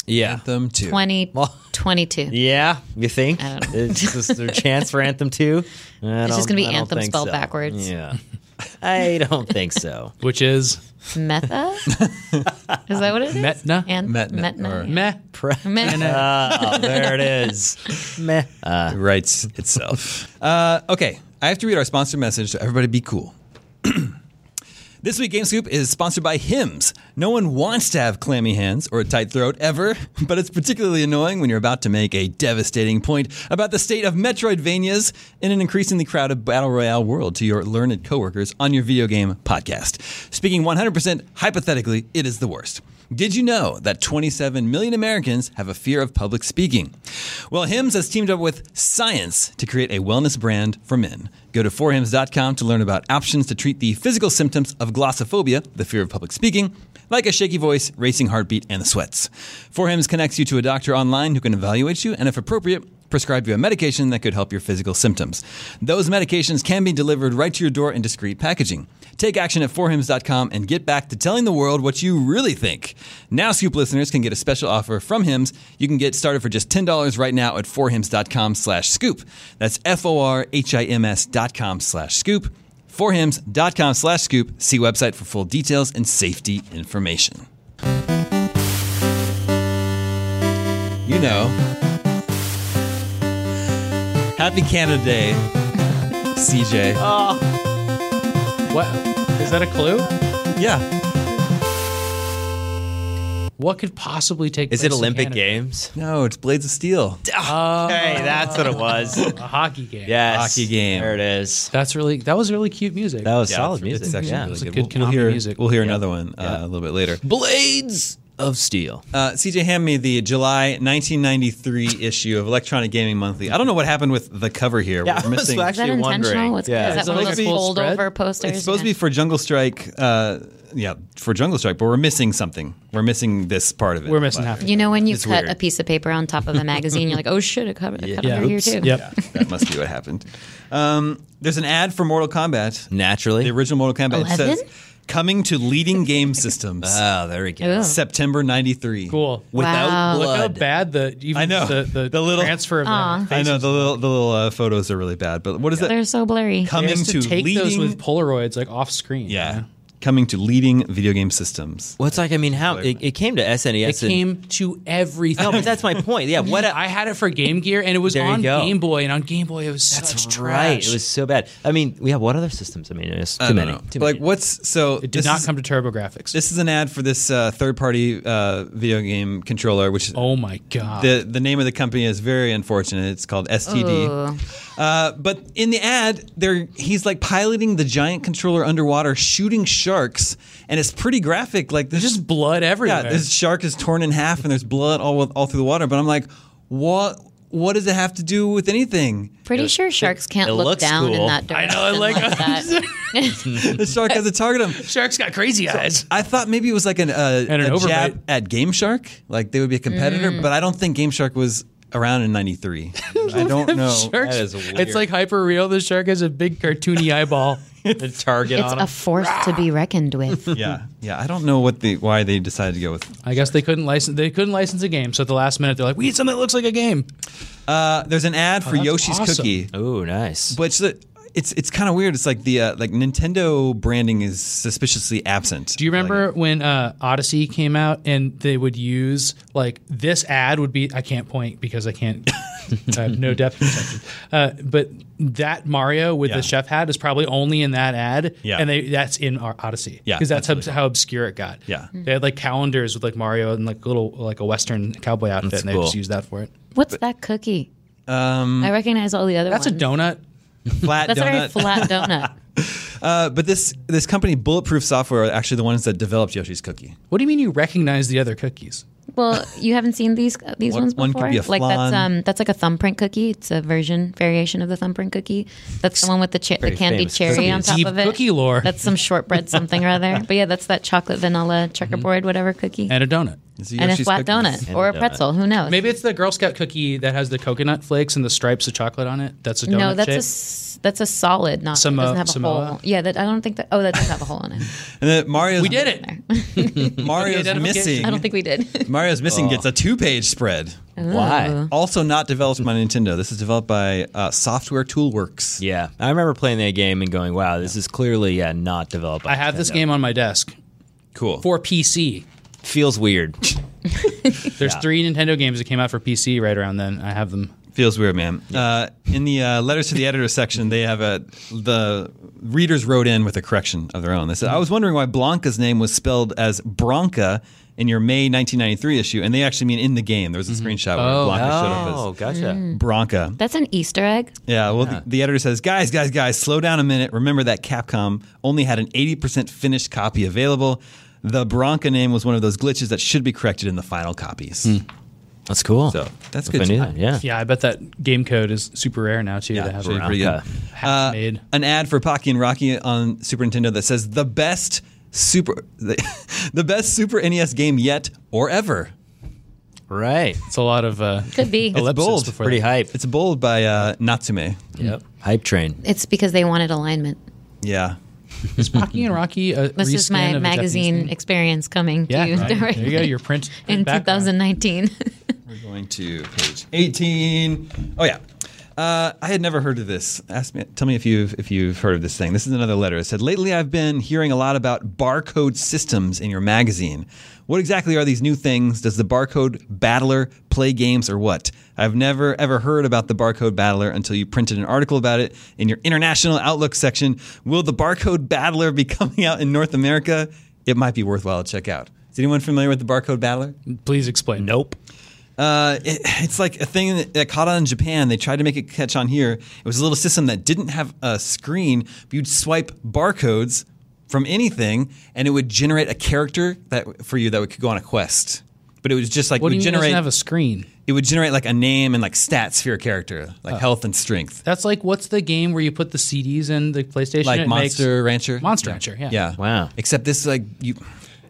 S6: yeah.
S1: Anthem too.
S4: 20,
S6: Well-
S4: 22.
S6: Yeah, you think
S4: I don't know.
S6: is there a chance for Anthem two?
S4: It's just gonna be Anthem spelled backwards.
S6: Yeah, I don't think so.
S5: which is
S4: Metha? is that what it is?
S5: Metna?
S4: And
S1: Metna,
S4: Metna.
S1: or-
S4: yeah.
S5: meh.
S4: Metna.
S6: Ah, there it is. Meh. Uh,
S1: writes itself. uh, okay, I have to read our sponsor message, so everybody be cool. this week, Game Scoop is sponsored by Hims. No one wants to have clammy hands or a tight throat ever, but it's particularly annoying when you're about to make a devastating point about the state of Metroidvanias in an increasingly crowded battle royale world to your learned coworkers on your video game podcast. Speaking 100% hypothetically, it is the worst. Did you know that 27 million Americans have a fear of public speaking? Well, Hims has teamed up with Science to create a wellness brand for men. Go to forhims.com to learn about options to treat the physical symptoms of glossophobia, the fear of public speaking, like a shaky voice, racing heartbeat, and the sweats. Forhims connects you to a doctor online who can evaluate you and, if appropriate, prescribe you a medication that could help your physical symptoms. Those medications can be delivered right to your door in discreet packaging. Take action at forhims.com and get back to telling the world what you really think. Now Scoop listeners can get a special offer from Hims. You can get started for just $10 right now at forhims.com slash scoop. That's F-O-R-H-I-M-S dot com slash scoop. Forhims.com slash scoop. See website for full details and safety information. You know, Happy Canada Day, CJ.
S5: What is that a clue?
S1: yeah.
S5: What could possibly take?
S6: is
S5: place
S6: it
S5: in
S6: Olympic
S5: Canada?
S6: Games?
S1: No, it's Blades of Steel.
S6: Hey, that's what it was.
S5: A hockey game.
S6: Yes.
S1: Hockey game.
S6: There it is.
S5: that's really that was really cute music.
S6: That was
S1: Yeah,
S6: solid
S1: it's-
S6: music.
S1: It's actually
S6: yeah.
S1: really
S5: a
S1: good.
S5: good
S1: we'll,
S5: Konami
S1: hear,
S5: music.
S1: we'll hear another one uh, a little bit later.
S6: Blades of Steel.
S1: Uh, CJ, hand me the July 1993 issue of Electronic Gaming Monthly. I don't know what happened with the cover here.
S6: Yeah, I
S1: We're
S6: was
S1: missing.
S4: Is that
S6: Actually wondering.
S4: intentional? What's,
S6: Yeah.
S4: Is
S5: Is
S4: that
S5: it
S4: one of
S5: like
S4: those
S5: a full
S4: foldover
S5: spread?
S4: posters?
S1: It's supposed to be for Jungle Strike. Uh, yeah, for Jungle Strike, but we're missing something. We're missing this part of it.
S5: We're missing
S1: But-
S5: half.
S4: You know when you
S1: It's
S4: cut
S1: weird.
S4: a piece of paper on top of a magazine, you're like, oh shit, a cover, a cover
S5: Yeah.
S4: here
S5: Oops.
S4: too.
S5: Yep.
S1: Yeah, that must be what happened. Um, there's an ad for Mortal Kombat.
S6: Naturally.
S1: The original Mortal Kombat it says,
S4: Eleven?
S1: coming to leading game systems.
S6: Oh, there we go.
S4: Ooh.
S1: September 93.
S5: Cool.
S6: Without
S4: Wow.
S5: Look how
S6: blood.
S5: bad the even
S1: I know.
S5: the, the,
S1: The little-
S5: transfer of
S4: Aw.
S5: the
S1: I know the little the little uh, photos are really bad, but what is that?
S4: They're so blurry.
S5: They
S1: Coming
S5: used
S1: to,
S5: to take
S1: leading
S5: those with Polaroids like off screen.
S1: yeah, coming to leading video game systems.
S6: What's like? I mean, how it, it came to SNES.
S5: It
S6: and-
S5: came to everything.
S6: No, but that's my point. Yeah, what? A,
S5: I had it for Game Gear, and it was
S6: There you
S5: on
S6: go.
S5: Game Boy, and on Game Boy it was
S6: that's
S5: such
S6: right.
S5: trash.
S6: It was so bad. I mean, we have what other systems? I mean, it's too
S1: I don't
S6: many.
S1: know.
S6: Too
S1: But, like
S6: many.
S1: what's so?
S5: it did not come to TurboGrafx.
S1: This is an ad for this uh, third party uh, video game controller, which is
S5: oh my god!
S1: the the name of the company is very unfortunate. It's called STD. Uh, but in the ad, there he's like piloting the giant controller underwater, shooting sharks, and it's pretty graphic. Like there's
S5: just blood everywhere.
S1: Yeah, this shark is torn in half and there's blood all all through the water. But I'm like, what? What does it have to do with anything?
S4: Pretty sure sharks can't
S6: it
S4: look
S6: looks
S4: down
S6: cool.
S4: in that
S5: I
S4: direction.
S5: know, I like-
S4: that.
S1: The shark has a target him.
S5: Shark's got crazy eyes.
S1: I thought maybe it was like an, uh,
S5: And an
S1: a
S5: overbite. Mm.
S1: jab at Game Shark, like they would be a competitor. But I don't think Game Shark was around in '93. I don't know.
S5: Sharks-
S6: That is weird.
S5: It's like hyper real. The shark has a big cartoony eyeball.
S6: the target
S4: It's
S6: on
S4: a
S6: him.
S4: force to be reckoned with.
S1: Yeah, yeah. I don't know what the why they decided to go with
S5: I guess they couldn't license. They couldn't license a game, so at the last minute they're like, "We need something that looks like a game."
S1: Uh, there's an ad for
S5: that's
S1: Yoshi's
S5: awesome.
S1: Cookie,
S6: oh, nice.
S1: which the, it's it's kind of weird. It's like the uh, like Nintendo branding is suspiciously absent.
S5: Do you remember when uh, Odyssey came out and they would use like this ad would be I can't point because I can't I have no depth perception. Uh, but that Mario with
S1: Yeah.
S5: the chef hat is probably only in that ad.
S1: Yeah.
S5: And they that's in our Odyssey.
S1: Yeah,
S5: Because that's, how, how obscure it got.
S1: Yeah.
S5: They had like calendars with like Mario and like little like a western cowboy outfit and they
S6: cool.
S5: just used that for it.
S4: What's that cookie? Um, I recognize all the other
S5: That's a
S4: ones.
S5: donut.
S1: flat
S4: That's a very
S1: donut?
S4: flat donut.
S1: Uh, but this this company, Bulletproof Software, are actually the ones that developed Yoshi's Cookie.
S5: What do you mean you recognize the other cookies?
S4: Well, you haven't seen these these
S1: One-
S4: ones
S1: one could
S4: before.
S1: be a
S4: like that's
S1: flan.
S4: um that's like a thumbprint cookie. It's a version variation of the thumbprint cookie. That's the one with the cher- the candied
S6: famous
S4: cherry
S6: cookie.
S4: on top
S5: Deep
S4: of it.
S5: cookie lore.
S4: That's some shortbread something or other. But yeah, that's that chocolate vanilla checkerboard whatever cookie
S5: Mm-hmm. And a donut.
S1: It's
S4: and a
S1: Yoshi's
S4: flat
S1: Cookies.
S4: donut or a
S6: donut.
S4: pretzel. Who knows?
S5: Maybe it's the Girl Scout cookie that has the coconut flakes and the stripes of chocolate on it. That's a donut.
S4: no, that's a
S5: shape.
S4: s- that's a solid. Not
S5: Samo-
S4: it doesn't have a
S5: Samoa?
S4: hole. Yeah, that I don't think that. Oh, that does have a hole in it.
S1: And then Mario's
S5: We did it.
S1: Mario's
S5: identification.
S1: missing.
S4: I don't think we did.
S1: Mario's missing gets a two page spread.
S6: Why?
S1: Also, not developed by Nintendo. This is developed by uh, Software Toolworks.
S6: Yeah, I remember playing that game and going, "Wow, this is clearly yeah not developed." by
S5: I have this
S6: Nintendo.
S5: game on my desk
S1: Cool.
S5: for PC.
S6: Feels weird.
S5: There's three Nintendo games that came out for PC right around then. I have them.
S1: Feels weird, man. Uh, in the uh, letters to the editor section, they have a the readers wrote in with a correction of their own. They said, "I was wondering why Blanca's name was spelled as Bronca in your May 1993 issue, and they actually mean in the game." There was a screenshot where Blanca showed
S6: oh,
S1: up
S6: gotcha.
S1: as Bronca.
S4: That's an Easter egg.
S1: Yeah, well, The, the editor says, guys, guys, guys, slow down a minute. Remember that Capcom only had an 80% finished copy available. The Bronca name was one of those glitches that should be corrected in the final copies.
S6: That's cool.
S1: So that's
S6: If
S1: good.
S6: I knew that,
S1: to-
S6: yeah.
S5: Yeah, I bet that game code is super rare now too. to have
S1: should be
S5: around.
S1: pretty good.
S5: Half made.
S1: An ad for Pocky and Rocky on Super Nintendo that says the best Super the, the best Super NES game yet or ever.
S6: Right.
S5: It's a lot of uh,
S4: Could be.
S5: ellipses
S1: bold.
S5: before
S6: Pretty
S5: that.
S6: hype.
S1: It's bold by uh, Natsume.
S6: Yep. Hype train.
S4: It's because they wanted alignment.
S1: Yeah.
S5: Is Pocky and Rocky a
S4: This is
S5: reskin
S4: my
S5: of a Japanese
S4: magazine
S5: game?
S4: experience coming to you
S5: Yeah, right. there you go. Your print, print
S4: in
S5: background.
S4: 2019.
S1: We're going to page 18. Oh yeah. Uh, I had never heard of this. Ask me, tell me if you've if you've heard of this thing. This is another letter. It said, "Lately, I've been hearing a lot about barcode systems in your magazine. What exactly are these new things? Does the barcode battler play games or what? I've never ever heard about the barcode battler until you printed an article about it in your international outlook section. Will the barcode battler be coming out in North America? It might be worthwhile to check out. Is anyone familiar with the barcode battler?
S5: Please explain. Nope.
S1: Uh, it, it's like a thing that, that caught on in Japan. They tried to make it catch on here. It was a little system that didn't have a screen, but you'd swipe barcodes from anything, and it would generate a character that for you that would, could go on a quest. But it was just like
S5: What
S1: it
S5: do
S1: would
S5: you mean it
S1: generate
S5: doesn't have a screen?
S1: it would generate like a name and like stats for your character,
S5: Oh.
S1: like health and strength,
S5: That's like what's the game where you put the CDs in the PlayStation?
S1: like
S5: it makes-
S1: Monster Rancher.
S5: Monster Rancher, yeah.
S1: yeah.
S6: Wow.
S1: Except this like you.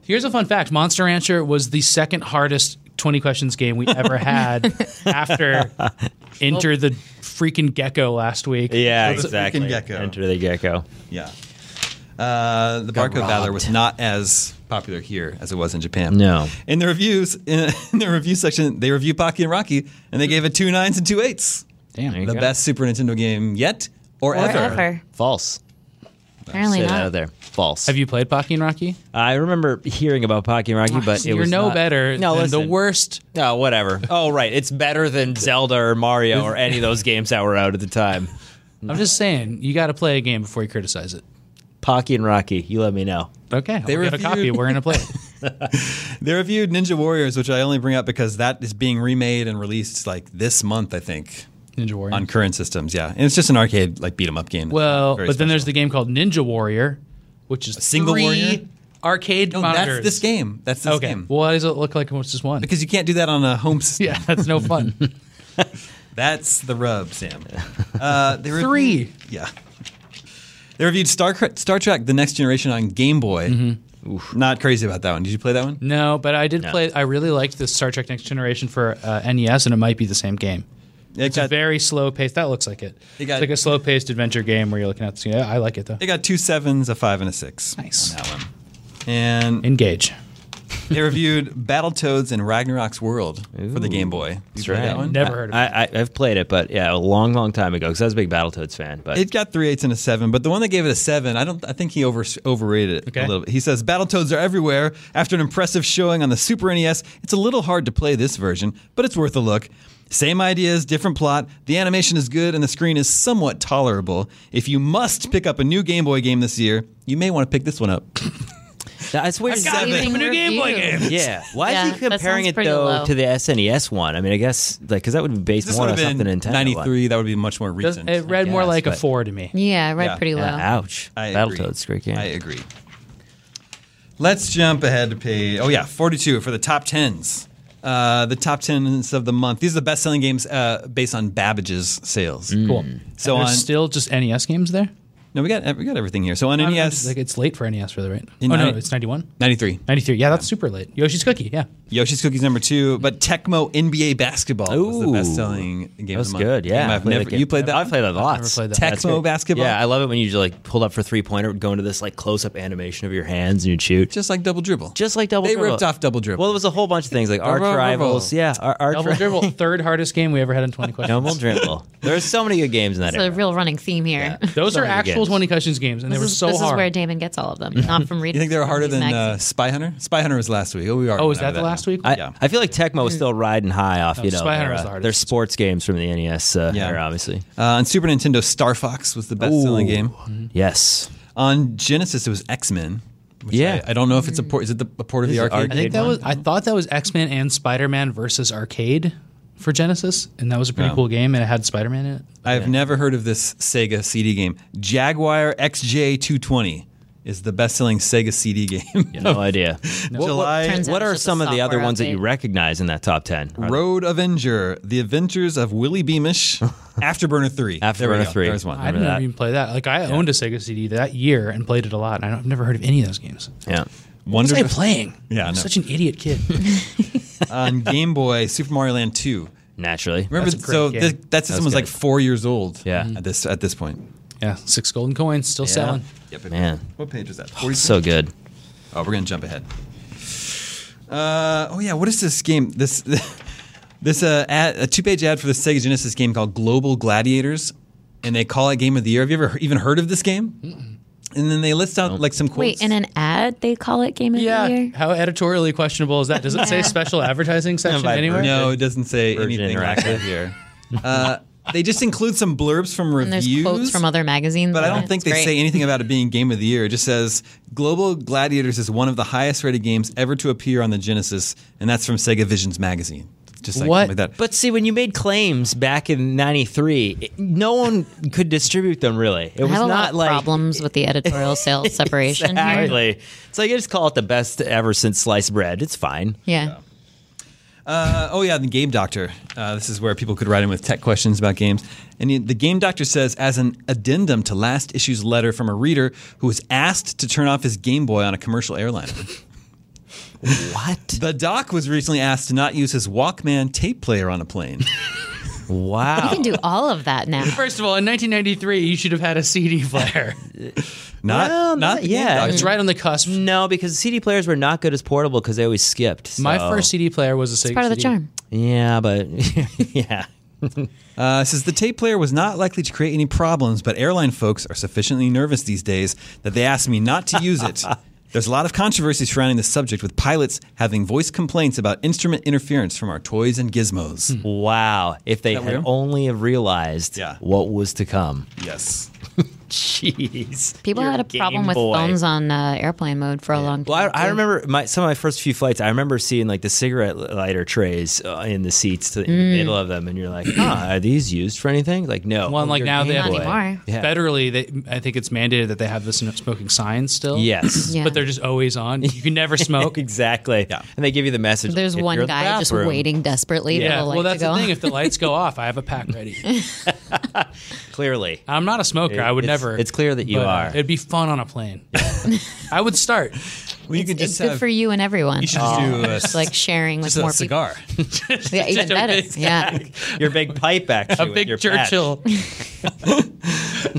S5: Here's a fun fact: Monster Rancher was the second hardest 20 questions game we ever had after Enter the freaking Gecko last week.
S6: Yeah,
S1: It's a
S6: exactly.
S1: freaking gecko.
S6: Enter the gecko.
S1: Yeah. Uh, the
S6: Got
S1: barcode battler
S6: robbed.
S1: was not as popular here as it was in Japan.
S6: No.
S1: In the reviews, in, in the review section, they review Pocky and Rocky, and they gave it two nines and two eights.
S6: Damn.
S1: The best Super Nintendo game yet or, ever.
S4: Forever.
S6: False.
S4: Apparently
S6: Sit
S4: not.
S6: out of there. False.
S5: Have you played Pocky and Rocky?
S6: I remember hearing about Pocky and Rocky, but it
S5: You're
S6: was
S5: no
S6: not-
S5: better
S6: No,
S5: than
S6: listen.
S5: the worst.
S6: Oh, whatever. Oh, right. It's better than Zelda or Mario or any of those games that were out at the time.
S5: I'm just saying, you got to play a game before you criticize it.
S6: Pocky and Rocky, you let me know.
S5: Okay, I'll
S1: They
S5: get a
S1: reviewed-
S5: copy. We're gonna play it.
S1: They reviewed Ninja Warriors, which I only bring up because that is being remade and released like this month, I think,
S5: Ninja Warrior.
S1: on current systems. Yeah, and it's just an arcade like beat 'em up game.
S5: Mm. well, but
S1: Very
S5: then
S1: special.
S5: there's the game called Ninja Warrior, which is
S1: single
S5: three
S1: warrior?
S5: arcade
S1: no,
S5: monitors.
S1: that's this game. That's this
S5: Okay.
S1: game.
S5: Well, why does it look like it's just one?
S1: because you can't do that on a home system.
S5: yeah, that's no fun.
S1: That's the rub, Sam. Uh, they reviewed-
S5: Three.
S1: Yeah. They reviewed Star, Star Trek The Next Generation on Game Boy.
S5: Mm-hmm.
S1: Not crazy about that one. Did you play that one?
S5: No, but I did play. I really liked the Star Trek Next Generation for uh, NES, and it might be the same game.
S1: It
S5: It's a
S1: got,
S5: very slow paced. That looks like it.
S1: It got-
S5: it's like a slow paced adventure game where you're looking at. The, yeah, I like it though.
S1: it got two sevens, a five, and a six.
S5: Nice.
S1: On that one. And
S5: Engage.
S1: they reviewed Battletoads and Ragnarok's World for the Game Boy. Did you play
S6: right.
S1: that one?
S5: Never heard of it.
S6: I, I, I've played it, but yeah, a long, long time ago because I was a big Battletoads fan. But
S1: It got three eights and a seven, but the one that gave it a seven, I don't. I think he over, overrated it
S5: Okay.
S1: a little bit. He says Battletoads are everywhere. After an impressive showing on the Super NES, it's a little hard to play this version, but it's worth a look. Same ideas, different plot. The animation is good, and the screen is somewhat tolerable. If you must pick up a new Game Boy game this year, you may want to pick this one up.
S6: that's weird.
S1: got it.
S4: Even
S5: New Game Boy
S4: review.
S5: game.
S6: Yeah. Why
S4: Yeah,
S6: is he
S4: that
S6: comparing
S4: sounds
S6: it
S4: pretty
S6: though
S4: low.
S6: to the SNES one? I mean, I guess like because that would be based
S1: This
S6: more
S1: would
S6: on
S1: have
S6: something
S1: been
S6: Nintendo.
S1: '93. That would be much more
S5: Does-
S1: recent.
S5: It read more
S6: guess,
S5: like a
S6: but-
S5: four to me.
S4: Yeah, I read
S1: Yeah.
S4: pretty low.
S6: Yeah, ouch.
S1: I agree.
S6: Battletoads, great game.
S1: I agree. Let's jump ahead to page. Oh yeah, forty-two for the top tens. Uh, the top tens of the month. These are the best-selling games uh, based on Babbage's sales.
S6: Mm.
S5: Cool.
S1: So
S5: So
S1: on
S5: there's still just NES E games there.
S1: No, we got we got everything here. So on E
S5: I'm-
S1: NES,
S5: like it's late for NES, really, right?
S1: In
S5: oh no,
S1: nine-
S5: it's ninety one.
S1: 93.
S5: 93. Yeah, that's super late. Yoshi's Cookie. Yeah.
S1: Yoshi's Cookies number two, but Tecmo NBA Basketball was the
S6: Ooh.
S1: best-selling game.
S6: That
S1: of
S6: was
S1: the month.
S6: good. Yeah,
S1: Game
S6: I
S1: I've never-
S6: that game.
S1: you played that.
S6: I played that lots.
S5: never played that.
S6: That's
S1: Tecmo
S6: great.
S1: basketball?
S6: Yeah, I love it when you just like pulled up for three pointer, go into this like close up animation of your hands and you shoot.
S1: just like double dribble.
S6: Just like double.
S1: They
S6: dribble.
S1: ripped off double dribble.
S6: Well, it was a whole bunch of things like arch
S1: Double
S6: rivals.
S1: dribble.
S6: Yeah, ar- arch
S5: Double
S6: ri-
S5: Dribble, third hardest game we ever had in 20 questions.
S6: Double dribble. There's so many good games in that.
S4: It's a
S6: era.
S4: real running theme here.
S5: Those
S6: So
S5: are
S6: many
S5: actual
S6: games.
S5: 20 questions games, and they
S4: This,
S5: were
S4: is,
S5: so
S4: this
S5: hard.
S4: is where Damon gets all of them, not from reading.
S1: You think they were harder
S4: these
S1: than uh,
S4: magazines.
S1: Spy Hunter? Spy Hunter was last week. Oh, we are.
S5: oh, is
S1: out
S5: that
S1: of
S5: the last
S1: now.
S5: week?
S6: I,
S1: Yeah.
S6: I feel like Tecmo was still riding high off, you know,
S5: Spy Hunter
S6: their,
S5: was the
S6: uh,
S5: hardest.
S6: their sports games from the NES uh,
S1: Yeah.
S6: era, obviously.
S1: Uh, on Super Nintendo, Star Fox was the best-selling
S6: Ooh.
S1: game.
S6: Yes.
S1: On Genesis, it was X Men.
S6: Yeah.
S1: I, I don't know if it's a port. Is it the, a port of the
S6: it
S1: arcade?
S5: I think
S6: Arcade
S5: that
S6: one.
S5: was. I thought that was X Men and Spider Man versus Arcade for Genesis, and that was a pretty cool game, and it had Spider Man in it.
S1: I've never heard of this Sega CD game. Jaguar XJ220 is the best-selling Sega CD game.
S6: No idea. What,
S1: July-
S4: Turns out
S6: what
S4: it's
S6: are
S4: just a
S6: some of the other
S4: software
S6: ones that you
S4: update.
S6: recognize in that top 10?
S1: Road Avenger: The Adventures of Willie Beamish. Afterburner Three. There we
S6: Afterburner
S1: go.
S6: 3.
S1: There's one.
S5: I didn't
S6: that.
S5: even play that. Like I owned a Sega CD that year and played it a lot. And I don't, I've never heard of any of those games.
S6: Yeah.
S5: What
S1: Wonder
S5: was I playing?
S1: Yeah, I
S5: I'm
S1: know.
S5: such an idiot kid.
S1: on Game Boy, Super Mario Land Two.
S6: Naturally.
S1: Remember,
S5: That's a great
S1: so
S5: game.
S1: th- that system was
S6: good.
S1: like four years old.
S6: Yeah.
S1: At this at this point.
S5: yeah, six golden coins, still
S6: Yeah.
S5: selling.
S1: Yep.
S6: Man.
S1: What page was that?
S6: So good.
S1: Oh, we're gonna jump ahead. Uh, oh yeah, what is this game? This this uh, ad, a two page ad for the Sega Genesis game called Global Gladiators, and they call it Game of the Year. Have you ever even heard of this game? And then they list out like some quotes.
S4: Wait, in an ad, they call it Game of
S5: Yeah,
S4: the Year?
S5: how editorially questionable is that? Does it say
S4: Yeah.
S5: special advertising section
S6: By
S5: anywhere?
S1: no, it doesn't say
S6: Virgin
S1: anything like
S6: Interactive.
S1: that here. Uh, they just include some blurbs from
S4: And there's
S1: reviews.
S4: quotes from other magazines.
S1: But I
S4: on
S1: don't
S4: it.
S1: think
S4: It's
S1: they
S4: great.
S1: say anything about it being Game of the Year. It just says Global Gladiators is one of the highest rated games ever to appear on the Genesis, and that's from Sega Visions magazine. Just like,
S5: What?
S1: like that.
S6: But see, when you made claims back in '93, it- no one could distribute them really. It
S4: I
S6: was
S4: have a
S6: not
S4: lot of
S6: like
S4: problems with the editorial sales separation here.
S6: exactly. It's like I just call it the best ever since sliced bread. It's fine.
S4: Yeah.
S1: Uh, oh yeah, the Game Doctor. Uh, this is where people could write in with tech questions about games. And he- the Game Doctor says, as an addendum to last issue's letter from a reader who was asked to turn off his Game Boy on a commercial airliner.
S6: What?
S1: the doc was recently asked to not use his Walkman tape player on a plane.
S6: Wow.
S4: You can do all of that now.
S5: First of all, in 1993, you should have had a CD player.
S1: Not,
S6: Well,
S1: not
S6: not-
S1: the Game
S6: yeah,
S1: Doctor.
S5: it's right on the cusp.
S6: no, because CD players were not good as portable because they always skipped.
S5: My
S6: so-
S5: first CD player was a Sega.
S4: Part of the
S5: CD.
S4: charm.
S6: Yeah, but yeah.
S1: Uh, says the tape player was not likely to create any problems, but airline folks are sufficiently nervous these days that they asked me not to use it. There's a lot of controversy surrounding the subject, with pilots having voiced complaints about instrument interference from our toys and gizmos.
S4: Hmm.
S6: Wow. If they
S1: that
S6: had
S1: weird?
S6: only have realized
S1: Yeah.
S6: what was to come.
S1: Yes.
S6: Jeez.
S4: People
S6: Your
S4: had a problem
S6: Game
S4: with
S6: Boy.
S4: phones on uh, airplane mode for a long time.
S6: Well, I, I
S4: too.
S6: remember my, some of my first few flights. I remember seeing like the cigarette lighter trays uh, in the seats to, in the middle
S4: Mm.
S6: of them, and you're like, huh, "Are these used for anything?" Like, no.
S5: Well, and, like
S6: Your
S5: now they
S6: Game
S5: have
S4: Not
S6: Boy.
S4: anymore.
S6: Yeah.
S5: federally. They, I think it's mandated that they have this smoking sign still.
S6: Yes.
S4: Yeah.
S5: but they're just always on. You can never smoke.
S6: exactly.
S1: Yeah.
S6: And they give you the message.
S4: There's
S6: if
S4: one
S6: you're in the
S4: guy just
S6: bathroom,
S4: waiting desperately
S5: yeah,
S4: for the light
S5: well, that's
S4: to go
S5: the thing.
S4: on.
S5: If the lights go off, I have a pack ready.
S6: Clearly.
S5: I'm not a smoker. I would
S6: It's-
S5: never.
S6: It's clear that you
S5: but, uh,
S6: are.
S5: It'd be fun on a plane. I would start.
S1: Well, you could
S4: It's
S1: just
S4: good
S1: have,
S4: for you and everyone. Oh.
S1: you should just do a,
S4: It's like sharing with
S1: just
S4: more
S1: a cigar.
S4: people. Yeah, even better. Yeah.
S6: your big pipe, actually.
S5: A
S6: with
S5: big
S6: your patch.
S5: Churchill.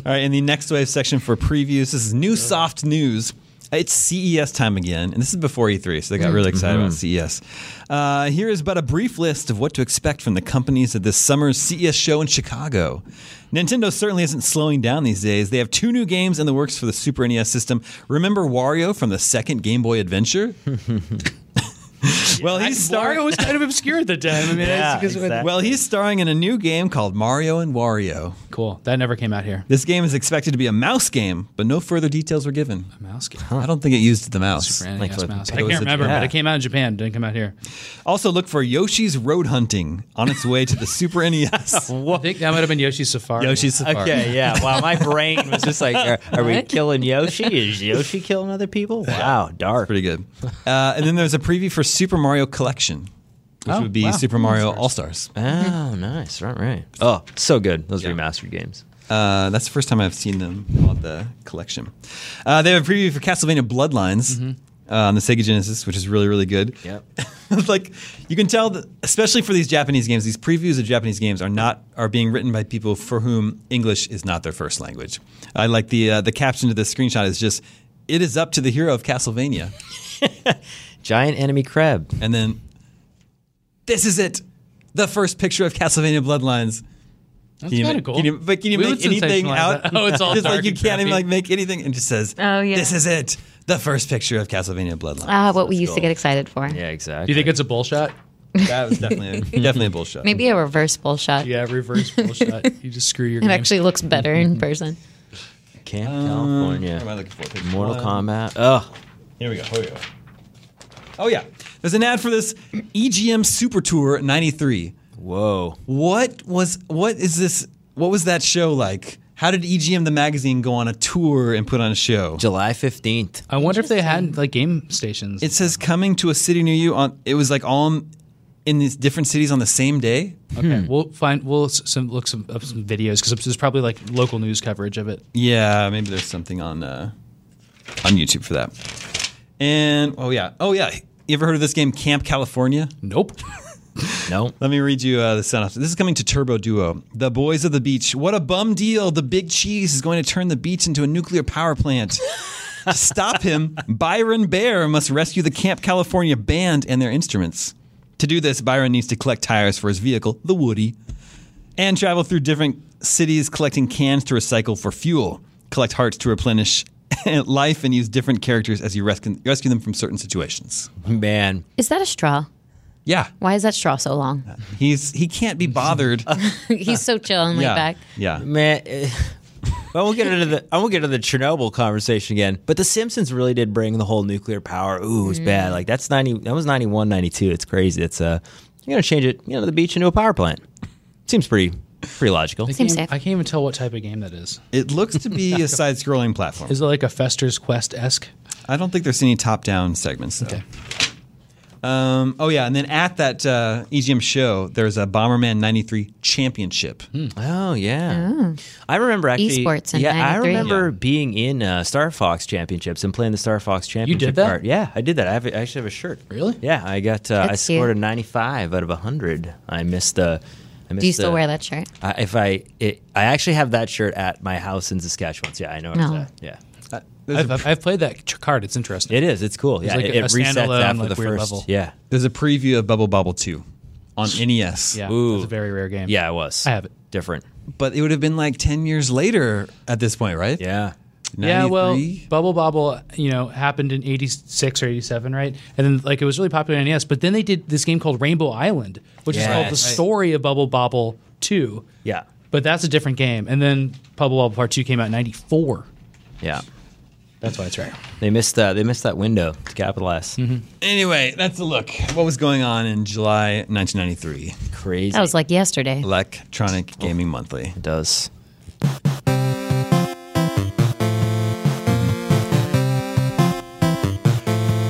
S1: All right, in the next wave section for previews, this is new soft news. It's CES time again, and this is before E3, so they got really excited about CES. Uh, here is but a brief list of what to expect from the companies at this summer's CES show in Chicago. Nintendo certainly isn't slowing down these days. They have two new games in the works for the Super NES system. Remember Wario from the second Game Boy Adventure? well, he's starring.
S5: Mario was kind of obscure at the time. I mean,
S6: Yeah,
S5: it's because
S6: exactly.
S1: Well, he's starring in a new game called Mario and Wario.
S5: cool. That never came out here.
S1: This game is expected to be a mouse game, but no further details were given.
S5: Mouse game.
S1: I don't think it used the mouse.
S5: Super NES
S6: what
S5: mouse. I
S6: Pegasus-
S5: can't remember,
S6: yeah.
S5: but it came out in Japan. Didn't come out here.
S1: Also, look for Yoshi's Road Hunting on its way to the Super E NES.
S5: I think that might have been Yoshi's Safari.
S1: Yoshi's Safari.
S6: Okay, yeah. Wow, my brain was just like, are, are we killing Yoshi? Is Yoshi killing other people? Wow, dark.
S1: Pretty good. Uh, and then there's a preview for Super Mario Collection, which
S5: Oh,
S1: would be
S5: wow.
S1: Super Mario All Stars.
S6: Oh, nice. Right, right. Oh, so good. Those remastered games.
S1: Uh, that's the first time I've seen them on the collection. Uh, they have a preview for Castlevania Bloodlines uh, on the Sega Genesis, which is really, really good.
S6: Yep.
S1: like you can tell, that, especially for these Japanese games, these previews of Japanese games are not are being written by people for whom English is not their first language. I like the uh, the caption to this screenshot is just. It is up to the hero of Castlevania.
S6: Giant enemy crab.
S1: And then, this is it. The first picture of Castlevania Bloodlines. That's
S5: kinda cool.
S1: Can you, but can you
S5: We
S1: make
S5: would
S1: anything
S5: sensationalize
S1: out?
S5: that. Oh, it's all
S1: just
S5: dark
S1: like you
S5: and
S1: can't even
S5: crappy.
S1: like make anything. And just says,
S4: Oh, yeah.
S1: this is it. The first picture of Castlevania Bloodlines.
S4: Ah, what we
S1: That's
S4: used to
S1: cool.
S4: get excited for.
S6: Yeah, exactly.
S5: Do you think it's a bull shot?
S1: That was definitely a, definitely a bullshit.
S4: Maybe a reverse bull shot.
S5: Yeah, reverse bull shot. You just screw your
S4: It
S5: game.
S4: actually looks better in person.
S6: Camp
S5: Uh,
S1: What am I
S6: California?
S1: looking for? Picture
S6: Mortal
S1: one.
S6: Kombat. Ugh.
S1: Here we go. Here we go. Oh yeah, there's an ad for this EGM Super Tour '93.
S6: Whoa.
S1: What was what is this? What was that show like? How did EGM the magazine go on a tour and put on a show?
S6: July 15th.
S5: I wonder if they had like game stations.
S1: It says coming to a city near you on. It was like all in- in these different cities on the same day.
S5: okay,
S6: Hmm.
S5: we'll find we'll s- some, look some, up some videos because there's probably like local news coverage of it.
S1: Yeah, maybe there's something on uh, on YouTube for that. And oh yeah, oh yeah. You ever heard of this game Camp California?
S5: Nope.
S6: No.
S1: Let me read you uh, the synopsis. This is coming to Turbo Duo. The boys of the beach. What a bum deal! The big cheese is going to turn the beach into a nuclear power plant. to stop him, Byron Bear must rescue the Camp California band and their instruments. To do this, Byron needs to collect tires for his vehicle, the Woody, and travel through different cities collecting cans to recycle for fuel, collect hearts to replenish life, and use different characters as you rescue, rescue them from certain situations.
S6: Man.
S4: Is that a straw?
S1: Yeah,
S4: Why is that straw so long?
S1: he's he can't be bothered.
S4: He's so chill and laid
S1: yeah,
S4: back.
S1: yeah.
S6: Man. eh, Well, we'll get into the I won't get into the Chernobyl conversation again, but The Simpsons really did bring the whole nuclear power. Ooh, it was bad.
S4: Mm.
S6: Like that's ninety. That was 91, 92. It's crazy. It's uh, you're gonna change it. You know, the beach into a power plant. Seems pretty pretty logical.
S5: I
S4: Seems
S5: can't,
S4: safe.
S5: I can't even tell what type of game that is.
S1: It looks to be a side-scrolling platform.
S5: Is it like a Fester's Quest esque?
S1: I don't think there's any top-down segments. Though.
S5: Okay.
S1: Um, oh yeah, and then at that uh, EGM show, there's a Bomberman '93 Championship.
S5: Hmm.
S6: Oh yeah, I remember actually.
S4: Esports in
S6: yeah, I
S4: 93.
S6: remember being in uh, Star Fox Championships and playing the Star Fox Championship
S5: that?
S6: card. Yeah, I did that. I, have, a- I actually have a shirt.
S5: Really?
S6: Yeah, I got. Uh, I
S4: That's
S6: scored
S4: cute.
S6: a ninety-five out of hundred. I missed. Uh, I missed
S4: Do you still
S6: uh,
S4: wear that shirt?
S6: I, if I, it, I actually have that shirt at my house in Saskatchewan. So yeah, I know. where it's
S4: No.
S6: at. Yeah,
S1: Uh, There's
S5: I've,
S1: a,
S5: I've, I've played that ch- card. It's interesting.
S6: it is. It's cool. Yeah,
S5: like
S6: it,
S5: a
S6: it resets
S5: standalone,
S6: after
S5: like,
S6: the
S5: weird
S6: first.
S5: level.
S6: Yeah,
S1: there's a preview of Bubble Bobble 2 on E NES.
S5: Yeah,
S6: Ooh.
S5: it's a very rare game.
S6: yeah, it was.
S5: I have it.
S6: Different.
S1: but it would have been like 10 years later at this point, right?
S6: Yeah.
S5: Yeah, well,
S1: 93?
S5: Bubble Bobble, you know, happened in '86 or '87, right? And then like it was really popular on NES. But then they did this game called Rainbow Island, which is called the
S6: Yes.
S5: story of Bubble Bobble Two.
S6: Yeah.
S5: But that's a different game. And then Bubble Bobble Part Two came out in '94.
S6: Yeah.
S5: That's why it's rare.
S6: They missed that. They missed that window to capitalize.
S5: Mm-hmm.
S1: anyway, that's a look. What was going on in July 1993?
S6: Crazy.
S4: That was like yesterday.
S5: Oh.
S1: Electronic Gaming Monthly.
S6: it does.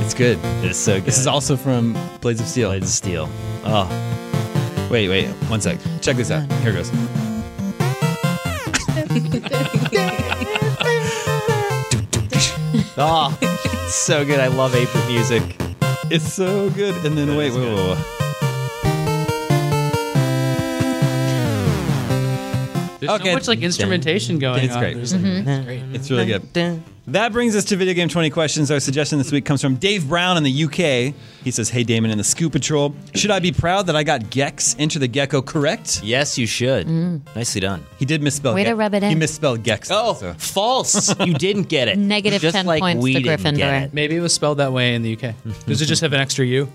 S1: It's good.
S6: It's so good.
S1: This is also from Blades of Steel.
S6: Blades of Steel. Oh,
S1: Wait, wait, one sec. Check this out. Here it goes.
S6: oh, it's so good. I love April music.
S1: It's so good. And then wait, wait, wait, wait.
S5: There's
S1: Okay.
S5: so much like instrumentation going
S1: It's
S5: on.
S1: great.
S5: There's, like,
S4: Mm-hmm.
S1: It's really good. That brings us to Video Game 20 Questions. Our suggestion this week comes from Dave Brown in the UK. He says, Hey, Damon and the Scoop Patrol. Should I be proud that I got Gex Enter the Gecko correct?
S6: Yes, you should.
S4: Mm.
S6: Nicely done.
S1: He did misspell
S4: Way to rub it
S1: He
S4: in.
S1: misspelled Gex.
S6: Oh,
S1: so-
S6: false! You didn't get it.
S4: Negative
S6: Just
S4: 10
S6: like
S4: points
S6: we
S4: to
S6: didn't get
S4: Gryffindor.
S6: it.
S5: Maybe it was spelled that way in the UK. Does it just have an extra U?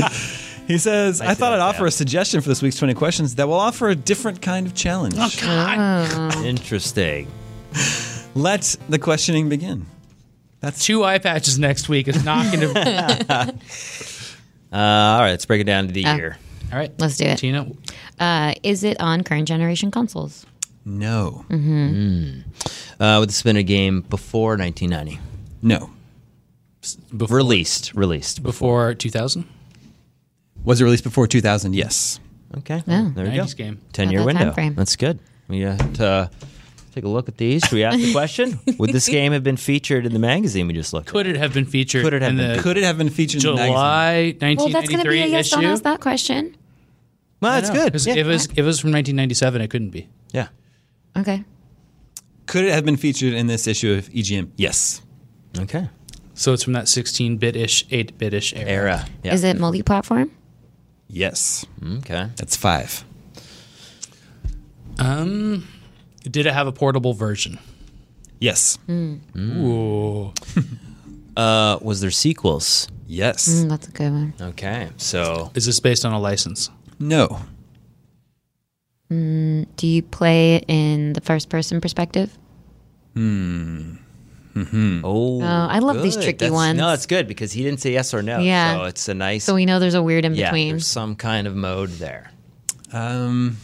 S1: He says, I thought I'd
S6: done,
S1: offer a
S6: Dad.
S1: suggestion for this week's 20 questions that will offer a different kind of challenge.
S4: Mm.
S6: Interesting.
S1: Let the questioning begin. That's
S5: Two eye patches next week is not going to.
S6: Uh, all right, let's break it down to
S4: Uh.
S6: the year.
S5: All right,
S4: Let's do it.
S5: Tina,
S4: Uh, is it on current generation consoles?
S1: no.
S6: Uh, would this have been a game before 1990?
S1: No.
S5: before,
S6: Released, released.
S5: before 2000,
S1: Was it released before 2000? Yes.
S6: Okay,
S4: Yeah.
S6: there we go.
S5: 90s game.
S6: Ten
S4: At
S6: year
S4: that time
S6: window.
S4: frame.
S6: That's good. We got to uh, take a look at these. Should we ask the question? Would this game have been featured in the magazine we just looked
S5: Could it have been featured?
S6: Could it have
S5: in
S6: been
S5: the
S1: Could it have been featured in the magazine?
S5: Uh, July 1993
S4: Well, that's going to be a yes.
S5: issue?
S4: Don't ask that question.
S6: at? Well, that's
S5: No,
S6: good.
S5: 'cause
S6: Yeah.
S5: If it was if it was from 1997, it couldn't be.
S6: yeah.
S4: Okay.
S1: Could it have been featured in this issue of EGM? Yes.
S6: Okay.
S5: So it's from that 16-bit-ish, 8-bit-ish era.
S6: Era. Yeah. Mm,
S4: Is it multi-platform?
S1: Yes.
S6: Okay.
S1: That's five.
S5: Um, did it have a portable version?
S1: Yes.
S5: Ooh.
S6: Uh, was there sequels?
S1: Yes.
S4: Mm, that's a good one.
S6: Okay. So
S5: Is this based on a license?
S1: No.
S4: Do you play it in the first-person perspective?
S6: oh,
S4: I love these
S6: good.
S4: tricky
S6: That's-
S4: ones.
S6: No, it's good because he didn't say yes or no.
S4: Yeah.
S6: So it's a nice.
S4: So we know there's a weird in
S6: yeah.
S4: between.
S6: There's some kind of mode there
S1: Um,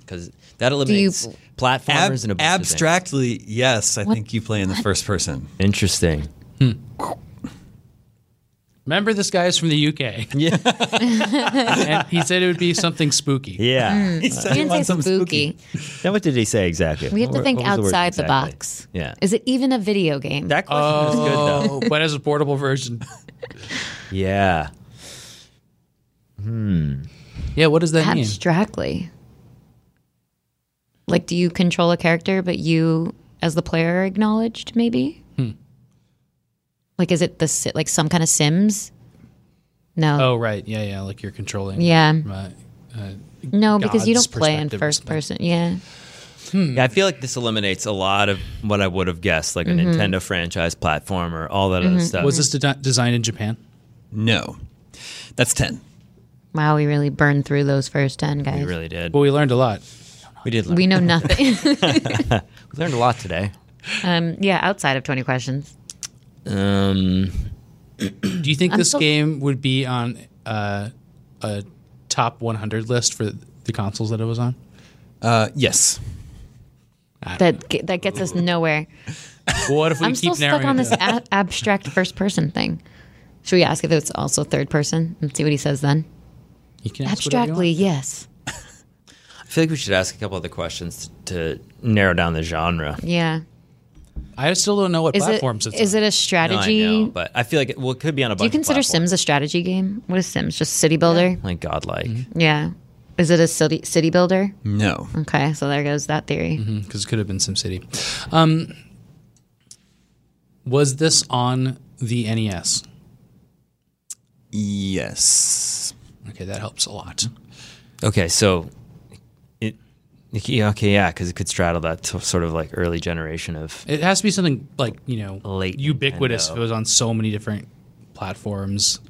S6: because that eliminates
S1: ab-
S6: platformers and a bunch of things.
S1: abstractly, yes. I think you play in the first person.
S6: Interesting.
S5: Remember, this guy is from the UK. Yeah. and he said it would be something spooky.
S6: Yeah.
S1: He said
S4: We
S1: he
S4: didn't say
S1: wants something
S4: spooky.
S6: now, what did he say exactly?
S4: Hmm. We have
S6: What
S4: to
S6: were-
S4: think
S6: what was the word
S4: outside the
S6: exactly?
S4: box.
S6: Yeah.
S4: Is it even a video game?
S6: that question was good though.
S5: Oh, but as a portable version.
S6: Yeah.
S5: Yeah, what does that mean?
S4: Abstractly. Like, do you control a character, but you, as the player, are acknowledged? Maybe.
S6: Hmm.
S4: Like, is it the si- like some kind of Sims? No.
S5: Oh, right. Yeah, yeah. Like you're
S6: Oh.
S5: controlling.
S4: yeah.
S5: Right.
S4: No, because you
S5: God's
S4: don't play in
S5: perspective or
S4: first
S5: something.
S4: person. Yeah.
S6: Yeah, I feel like this eliminates a lot of what I would have guessed, like a
S4: Mm-hmm.
S6: Nintendo franchise platform or all that other stuff.
S5: Was this de- designed in Japan?
S1: No. That's 10.
S4: Wow, we really burned through those first ten guys.
S6: we
S4: We,
S6: really did.
S5: Well, we learned a lot.
S6: We did. Learn. We
S4: know nothing.
S6: learned a lot today.
S4: um, yeah, outside of twenty questions.
S6: Um,
S5: Do you think this
S4: so-
S5: game would be on uh, a top 100 list for the consoles that it was on?
S1: Uh, yes.
S4: That ge- that gets us nowhere.
S5: Well, what if we
S4: I'm
S5: keep
S4: still stuck
S5: narrowing
S4: on
S5: it
S4: this
S5: down?
S4: a- abstract first person thing. Should we ask if it's also third person and see what he says then?
S5: You can ask whatever you
S4: Abstractly, yes.
S6: I feel like we should ask a couple other questions to, to narrow down the genre.
S4: Yeah.
S5: want. I still don't know what
S4: Is
S5: platforms
S4: it
S5: it's
S4: is
S5: on.
S4: it a
S6: No, I
S4: strategy?
S6: know, but I feel like it, well, it could be on a.
S4: Do you consider Sims a strategy game? What is Sims? Just city builder?
S6: like godlike?
S4: Yeah. Is it a city city builder?
S1: No.
S4: Okay, so there goes that theory.
S5: Because it could have been SimCity. Um, was this on the E NES?
S1: Yes.
S5: Okay, that helps a lot.
S6: Okay, so it, it- yeah, okay, yeah, because it could straddle that so- sort of like early generation of
S5: It has to be something like you know
S6: Late
S5: ubiquitous.
S6: Nintendo.
S5: If it was on so many different platforms,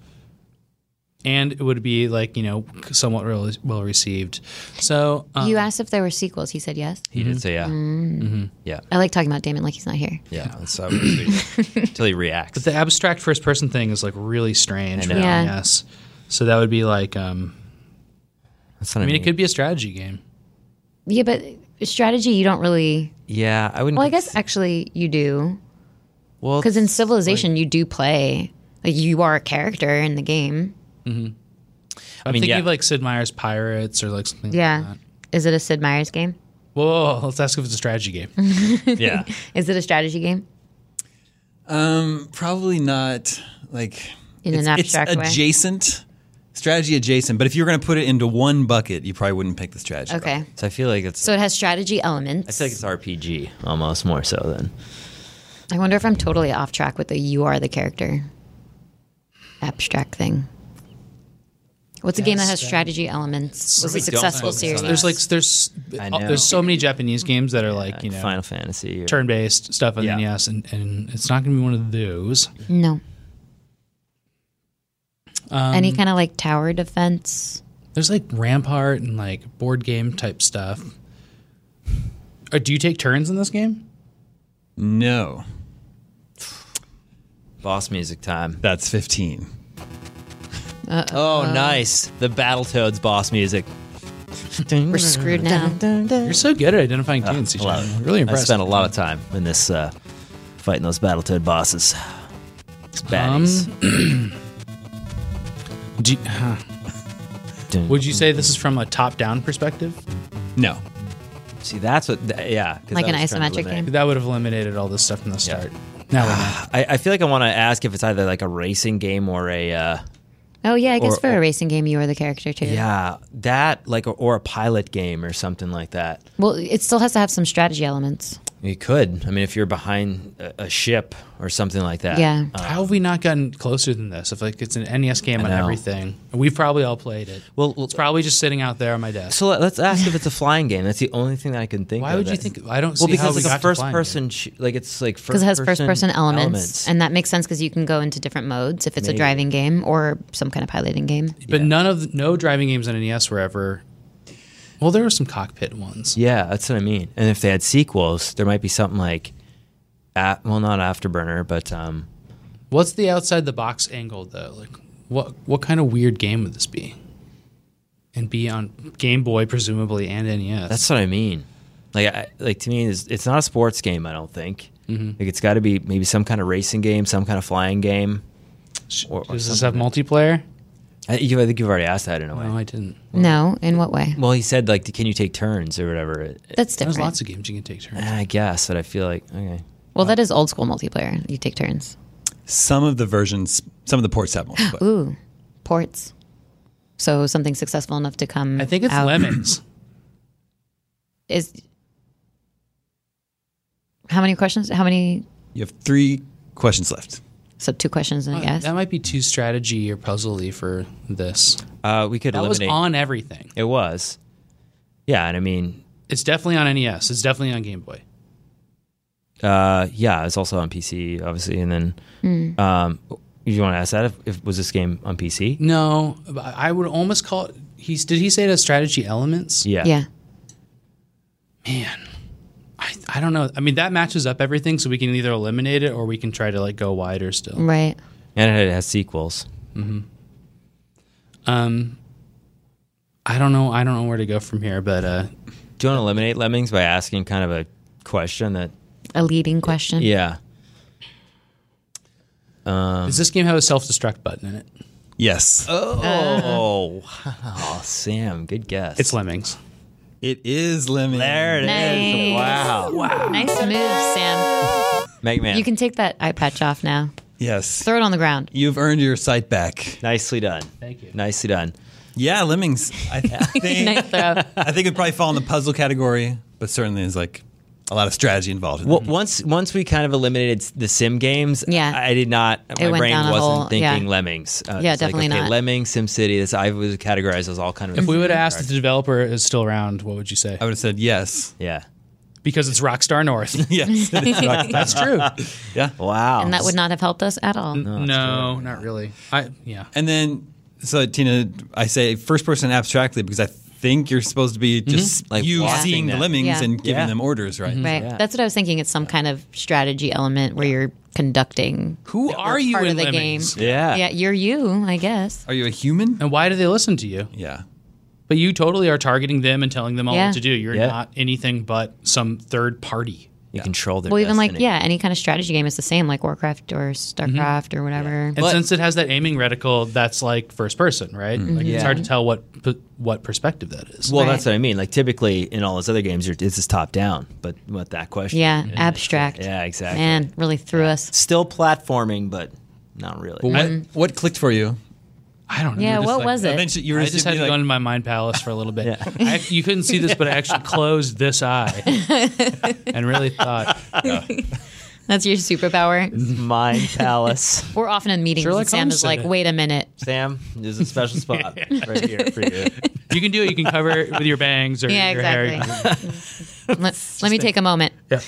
S5: and it would be like you know somewhat well, well received. So um,
S4: you asked if there were sequels. He said yes.
S5: Mm-hmm.
S6: he did say yeah,
S4: Mm-hmm.
S6: yeah,
S4: I like talking about Damon like he's not here.
S6: yeah. That's how until he reacts.
S5: the abstract first person thing is like really strange.
S6: I
S5: for
S6: know.
S4: Yeah.
S5: NES. So that would be like um,
S6: That's what
S5: I mean it could be a strategy game.
S4: Yeah, but strategy you don't really
S6: Yeah, I wouldn't.
S4: Well, I
S6: cons-
S4: guess actually you do.
S6: well,
S4: Because in Civilization, you do play. Like you are a character in the game.
S5: I'm
S6: mean,
S5: thinking
S6: yeah.
S5: of like Sid Meier's Pirates or like something. Like
S4: Yeah.
S5: that.
S4: Is it a Sid Meier's game?
S5: Whoa, let's ask if it's a strategy game.
S6: yeah,
S4: Is it a strategy game?
S1: Um, probably not like
S4: In an
S1: it's,
S4: abstract way?
S1: it's adjacent strategy adjacent. But if you were going to put it into one bucket, you probably wouldn't pick the strategy.
S4: Okay.
S1: bucket.
S6: So I feel like it's.
S4: So it has strategy
S6: I
S4: elements.
S6: feel like it's RPG almost more so than.
S4: I wonder if I'm totally off track with the you are the character abstract thing. What's a game that has strategy elements? Was a
S6: Really don't
S4: successful
S6: focus on
S4: series.
S6: that.
S5: There's like there's
S6: I know.
S5: there's so many Japanese games that are like you know
S6: Final Fantasy. Or,
S5: turn based stuff on
S6: Yeah.
S5: the NES, and, and it's not going to be one of those.
S4: No. Any kind of like tower defense?
S5: There's like Rampart and like board game type stuff. Or do you take turns in this game?
S1: No.
S6: Boss music time.
S1: That's 15.
S6: Oh, nice. The Battletoads boss music.
S4: We're screwed now.
S5: You're so good at identifying tunes. CJ.
S6: love
S5: I'm really
S6: Ah, I
S5: impressed.
S6: spent a lot of time in this uh, fighting those Battletoad bosses. Baddies.
S5: Um, Do you- huh.
S6: Dun-
S5: Would you say this is from a top down perspective?
S1: No.
S6: See, that's what. th- yeah, 'cause
S4: Like
S6: I
S4: an
S6: was trying to
S4: isometric
S6: eliminate-
S4: game?
S5: That would have eliminated all this stuff from the start. Now we know.
S6: I, I feel like I want to ask if it's either like a racing game or a uh,
S4: Oh yeah, I guess
S6: Or-
S4: for
S6: or-
S4: a racing game, you are the character too.
S6: yeah that like or a pilot game or something like that.
S4: Well, it still has to have some strategy elements.
S6: You could. I mean, if you're behind a, a ship or something like that.
S4: Yeah.
S5: How have we not gotten closer than this? If like it's an NES game on
S6: know.
S5: everything, we've probably all played it.
S6: Well,
S5: it's probably just sitting out there on my desk.
S6: So let, us ask if it's a flying game. That's the only thing that I can think.
S5: Why
S6: of
S5: would you
S6: that-
S5: think? I don't see
S6: Well,
S5: how
S6: because
S5: we
S6: it's a
S5: got to flying
S6: first person, sh- like it's like
S4: because it has first person elements, and that makes sense because you can go into different modes if it's
S6: Maybe.
S4: a driving game or some kind of piloting game.
S5: game. But none of the, no driving games on NES were ever. Well, there were some cockpit ones.
S6: yeah, that's what I mean. And if they had sequels, there might be something like, at, well, not Afterburner, but um,
S5: What's the outside the box angle though? Like, what what kind of weird game would this be? And be on Game Boy presumably and E NES.
S6: that's what I mean. Like, I, like to me, it's, it's not a sports game. I don't think.
S5: Mm-hmm.
S6: Like, it's got to be maybe some kind of racing game, some kind of flying game.
S5: Sh-
S6: or- or
S5: Does this have multiplayer?
S6: I, you, I think you've already asked that in a way.
S5: No, I didn't.
S4: No, in what way?
S6: Well, he said like, can you take turns or whatever? It- it-
S4: That's
S5: There's
S4: different.
S5: lots of games you can take turns.
S6: I guess, but I feel like okay.
S4: well, that is old school multiplayer. You take turns.
S1: Some of the versions, some of the ports have multiplayer.
S4: Ooh, ports. So something successful enough to come.
S5: I think it's
S4: out
S5: lemons.
S4: Is how many questions? How many?
S1: You have three questions left.
S4: So two questions, I guess.
S5: Oh, That might be too strategy or puzzly for this.
S6: Uh, we could
S5: That was
S6: eliminate.
S5: on everything.
S6: it was. Yeah, and I mean,
S5: It's definitely on NES. It's definitely on Game Boy.
S6: uh, yeah, it's also on PC, obviously. And then, um, you want to ask that if, if was this game on PC?
S5: No, but I would almost call it. He's did he say it has strategy elements?
S6: Yeah,
S4: yeah.
S5: Man, I I don't know. I mean that matches up everything, so we can either eliminate it or we can try to like go wider still.
S4: Right.
S6: and it has sequels.
S5: Um, I don't know. I don't know where to go from here, but uh,
S6: Do you want to eliminate Lemmings by asking kind of a question that?
S4: A leading question.
S6: Yeah, Um,
S5: does this game have a self destruct button in it?
S1: Yes.
S6: Oh, wow, Sam, good guess.
S5: It's Lemmings.
S1: It is Lemon.
S6: there. It is.
S4: Nice.
S6: Wow, wow.
S4: Nice move, Sam.
S6: Mega Man.
S4: You can take that eye patch off now.
S1: Yes.
S4: Throw it on the ground.
S1: You've earned your sight back.
S6: Nicely done. Thank you. Nicely done.
S1: Yeah, Lemmings. I think,
S4: nice throw.
S1: I think it would probably fall in the puzzle category, but certainly is like a lot of strategy involved. In
S6: Well,
S1: it.
S6: once once we kind of eliminated s- the sim games,
S4: Yeah.
S6: I, I did not. my
S4: went
S6: brain
S4: down a
S6: wasn't
S4: whole-
S6: thinking
S4: yeah.
S6: Lemmings. Uh,
S4: Yeah,
S6: it's like,
S4: definitely
S6: okay,
S4: not.
S6: Lemmings, Sim City. This I would categorize as all kind of.
S5: If we would have asked if the developer is still around, what would you say?
S6: Uh,
S1: I would have said yes.
S6: yeah.
S5: Because it's Rockstar North.
S1: Yes. it is rock-
S5: That's true.
S1: yeah.
S6: Wow.
S4: And that would not have helped us at all.
S5: no, not really. I yeah.
S1: And then, so Tina, I say first person abstractly because I think you're supposed to be just
S6: Like
S1: you
S6: watching
S1: seeing
S6: them.
S1: the lemmings
S4: Yeah. Mm-hmm.
S1: and giving
S6: Yeah.
S1: them orders, right?
S4: Right.
S6: Yeah.
S4: That's what I was thinking. It's some kind of strategy element where you're conducting
S5: Who are you
S4: part
S5: in
S4: of the
S5: Lemmings?
S4: game.
S6: Yeah.
S4: Yeah, you're you, I guess.
S1: Are you a human?
S5: And why do they listen to you?
S1: Yeah.
S5: But you totally are targeting them and telling them all
S4: Yeah.
S5: what to do. You're
S6: Yeah.
S5: not anything but some third party.
S6: You control their.
S4: Well, even like,
S6: destiny.
S4: yeah, any kind of strategy game is the same, like Warcraft or
S5: Mm-hmm.
S4: StarCraft or whatever.
S5: And since it has that aiming reticle, that's like first person, right? Like
S6: Mm-hmm. Yeah.
S5: it's hard to tell what p- what perspective that is.
S6: Well,
S4: Right.
S6: that's what I mean. Like typically in all those other games, you're, it's just top down. But what that question?
S4: Yeah, abstract.
S6: Yeah, exactly.
S4: Man, really threw us.
S6: Still platforming, but not really.
S4: Mm-hmm.
S1: What, what clicked for you?
S5: I don't know.
S4: Yeah,
S5: Just
S4: what
S5: like-
S4: was it?
S1: Eventually, you were
S5: I just had to
S1: like,
S5: go into my mind palace for a little bit. I, you couldn't see this, but I actually closed this eye and really thought.
S4: That's your superpower.
S6: Mind Palace.
S4: We're often in meetings
S5: Mm-hmm. Sherlock
S4: and Sam
S5: Holmes
S4: is
S5: said
S4: like,
S5: it.
S4: wait a minute.
S6: Sam, there's a special spot right here for you.
S5: You can do it. You can cover it with your bangs or
S4: Yeah,
S5: your hair.
S4: exactly. let, let me take a moment.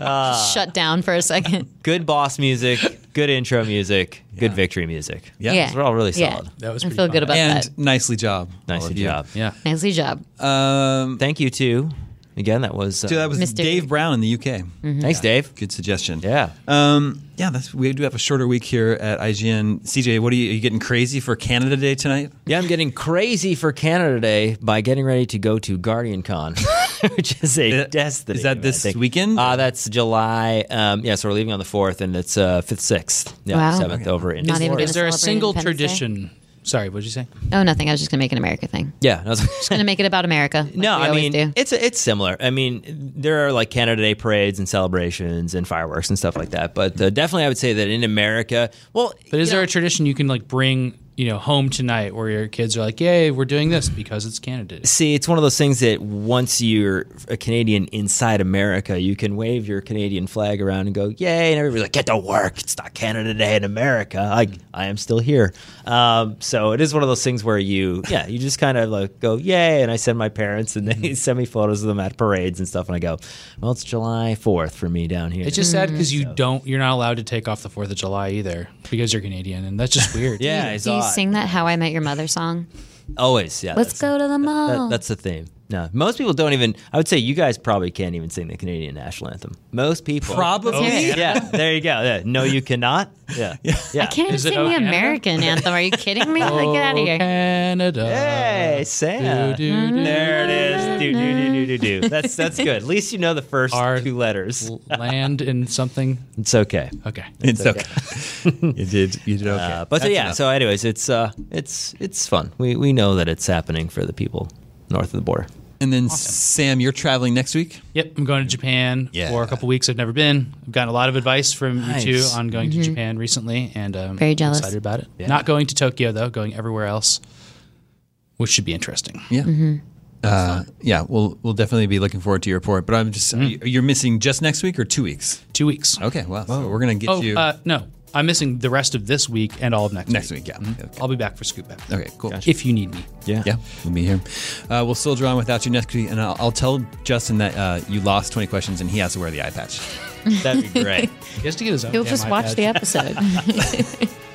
S4: Shut down for a second.
S6: Good boss music. Good intro music. Good victory music.
S1: Yeah.
S4: yeah.
S6: We're all really
S4: Yeah.
S6: solid.
S5: That was
S4: I
S5: pretty
S4: feel good
S5: fun.
S4: about
S1: and
S4: that.
S1: nicely job. all
S6: Nicely
S1: of you.
S6: job.
S5: Yeah.
S4: Nicely job.
S6: Uh,
S1: Um,
S6: Thank you to again. That was uh,
S1: so that was
S4: Mr.
S1: Dave Brown in the UK.
S6: thanks, Dave. Uh,
S1: Good suggestion.
S6: Mm. Yeah.
S1: Um, yeah, that's, we do have a shorter week here at IGN. CJ, what are you, are you getting crazy for Canada Day tonight?
S6: Yeah, I'm getting crazy for Canada Day by getting ready to go to Guardian Con, which is a
S1: Is-
S6: destiny.
S1: is that
S6: event,
S1: this
S6: I think.
S1: weekend?
S6: Uh, that's July. Um, yeah, so we're leaving on the 4th, and it's uh, 5th, 6th, yeah,
S4: Wow.
S6: 7th over in
S4: Not
S6: Florida.
S4: even gonna
S5: Is there a
S4: celebrate
S5: single
S4: Independence Day?
S5: tradition Sorry, what'd you say?
S4: Oh, nothing. I was just gonna make an America thing.
S6: Yeah. I was-
S4: Gonna make it about America. like
S6: no,
S4: we
S6: I
S4: always
S6: mean
S4: do.
S6: it's it's similar. I mean there are like Canada Day parades and celebrations and fireworks and stuff like that. But uh, definitely, I would say that in America, well,
S5: But is there a tradition you can like bring you know home tonight where your kids are like, "Yay, we're doing this because it's Canada." Day."
S6: see, it's one of those things that once you're a Canadian inside America, you can wave your Canadian flag around and go, "Yay!" And everybody's like, "Get to work! It's not Canada Day in America. I I am still here." Um, so it is one of those things where you, yeah, you just kind of like go, "Yay!" And I send my parents, and they send me photos of them at parades and stuff, and I go, "Well, it's July Fourth for me down here."
S5: It's just sad
S4: Mm.
S5: because you don't you're not allowed to take off the Fourth of July either because you're Canadian, and that's just weird.
S6: yeah, it's
S4: do you
S6: odd.
S4: sing that How I Met Your Mother song?
S6: always. Yeah,
S4: Let's
S6: that's-
S4: go to the mall.
S6: That, that's the theme. No, most people don't even. I would say you guys probably can't even sing the Canadian national anthem. Most people
S1: Probably.
S6: yeah, there you go. Yeah. No, you cannot. Yeah. yeah.
S4: I can't even
S5: Is it
S4: sing
S5: Oh,
S4: the
S5: Canada?
S4: American anthem. Are you kidding me? Like, get out of
S5: Oh,
S4: here.
S5: Canada.
S6: Hey,
S5: Do,
S6: Sam.
S5: do, do.
S6: There it is. Do, do, do, do, do, do. That's, that's good. At least you know the first
S5: Our-
S6: two letters.
S5: Land and something.
S6: It's okay.
S5: Okay.
S1: It's okay. you did. You did okay.
S6: Uh, but so,
S1: That's
S6: yeah,
S1: enough.
S6: so anyways, it's uh, it's it's fun. We we know that it's happening for the people north of the border.
S1: and then Sam, you're traveling next week.
S5: Yep, I'm going to Japan
S1: Yeah.
S5: for a couple weeks. I've never been. I've gotten a lot of advice from
S6: Nice.
S5: you two on going to Japan recently, and um,
S4: Mm-hmm. Very jealous.
S5: Excited about it. Not going to Tokyo though. Going everywhere else, which should be interesting.
S1: Yeah. Uh, yeah, we'll we'll definitely be looking forward to your report. But I'm just you're missing just next week or two weeks.
S5: Two weeks.
S1: Okay, well, so we're gonna get
S5: Oh,
S1: Oh, you
S5: uh, no, I'm missing the rest of this week and all of next
S1: next
S5: week. Mm-hmm.
S1: week. Yeah. Okay.
S5: I'll be back for Scoop Back
S1: Okay, cool.
S5: if you need me.
S1: Yeah, we'll be here. Uh, we'll soldier on without you next week, and I'll, I'll tell Justin that uh, you lost 20 questions and he has to wear the eye patch.
S6: That'd be great.
S5: He has to get his own.
S4: You'll
S5: damn
S4: just watch
S5: iPad.
S4: the episode.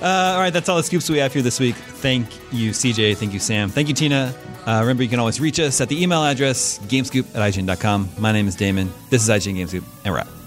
S1: Uh, all right, that's all the scoops we have for you this week. Thank you, CJ. Thank you, Sam. Thank you, Tina. Uh, remember, you can always reach us at the email address gamescoop at IGN.com. My name is Damon. This is IGN Gamescoop, and we're out.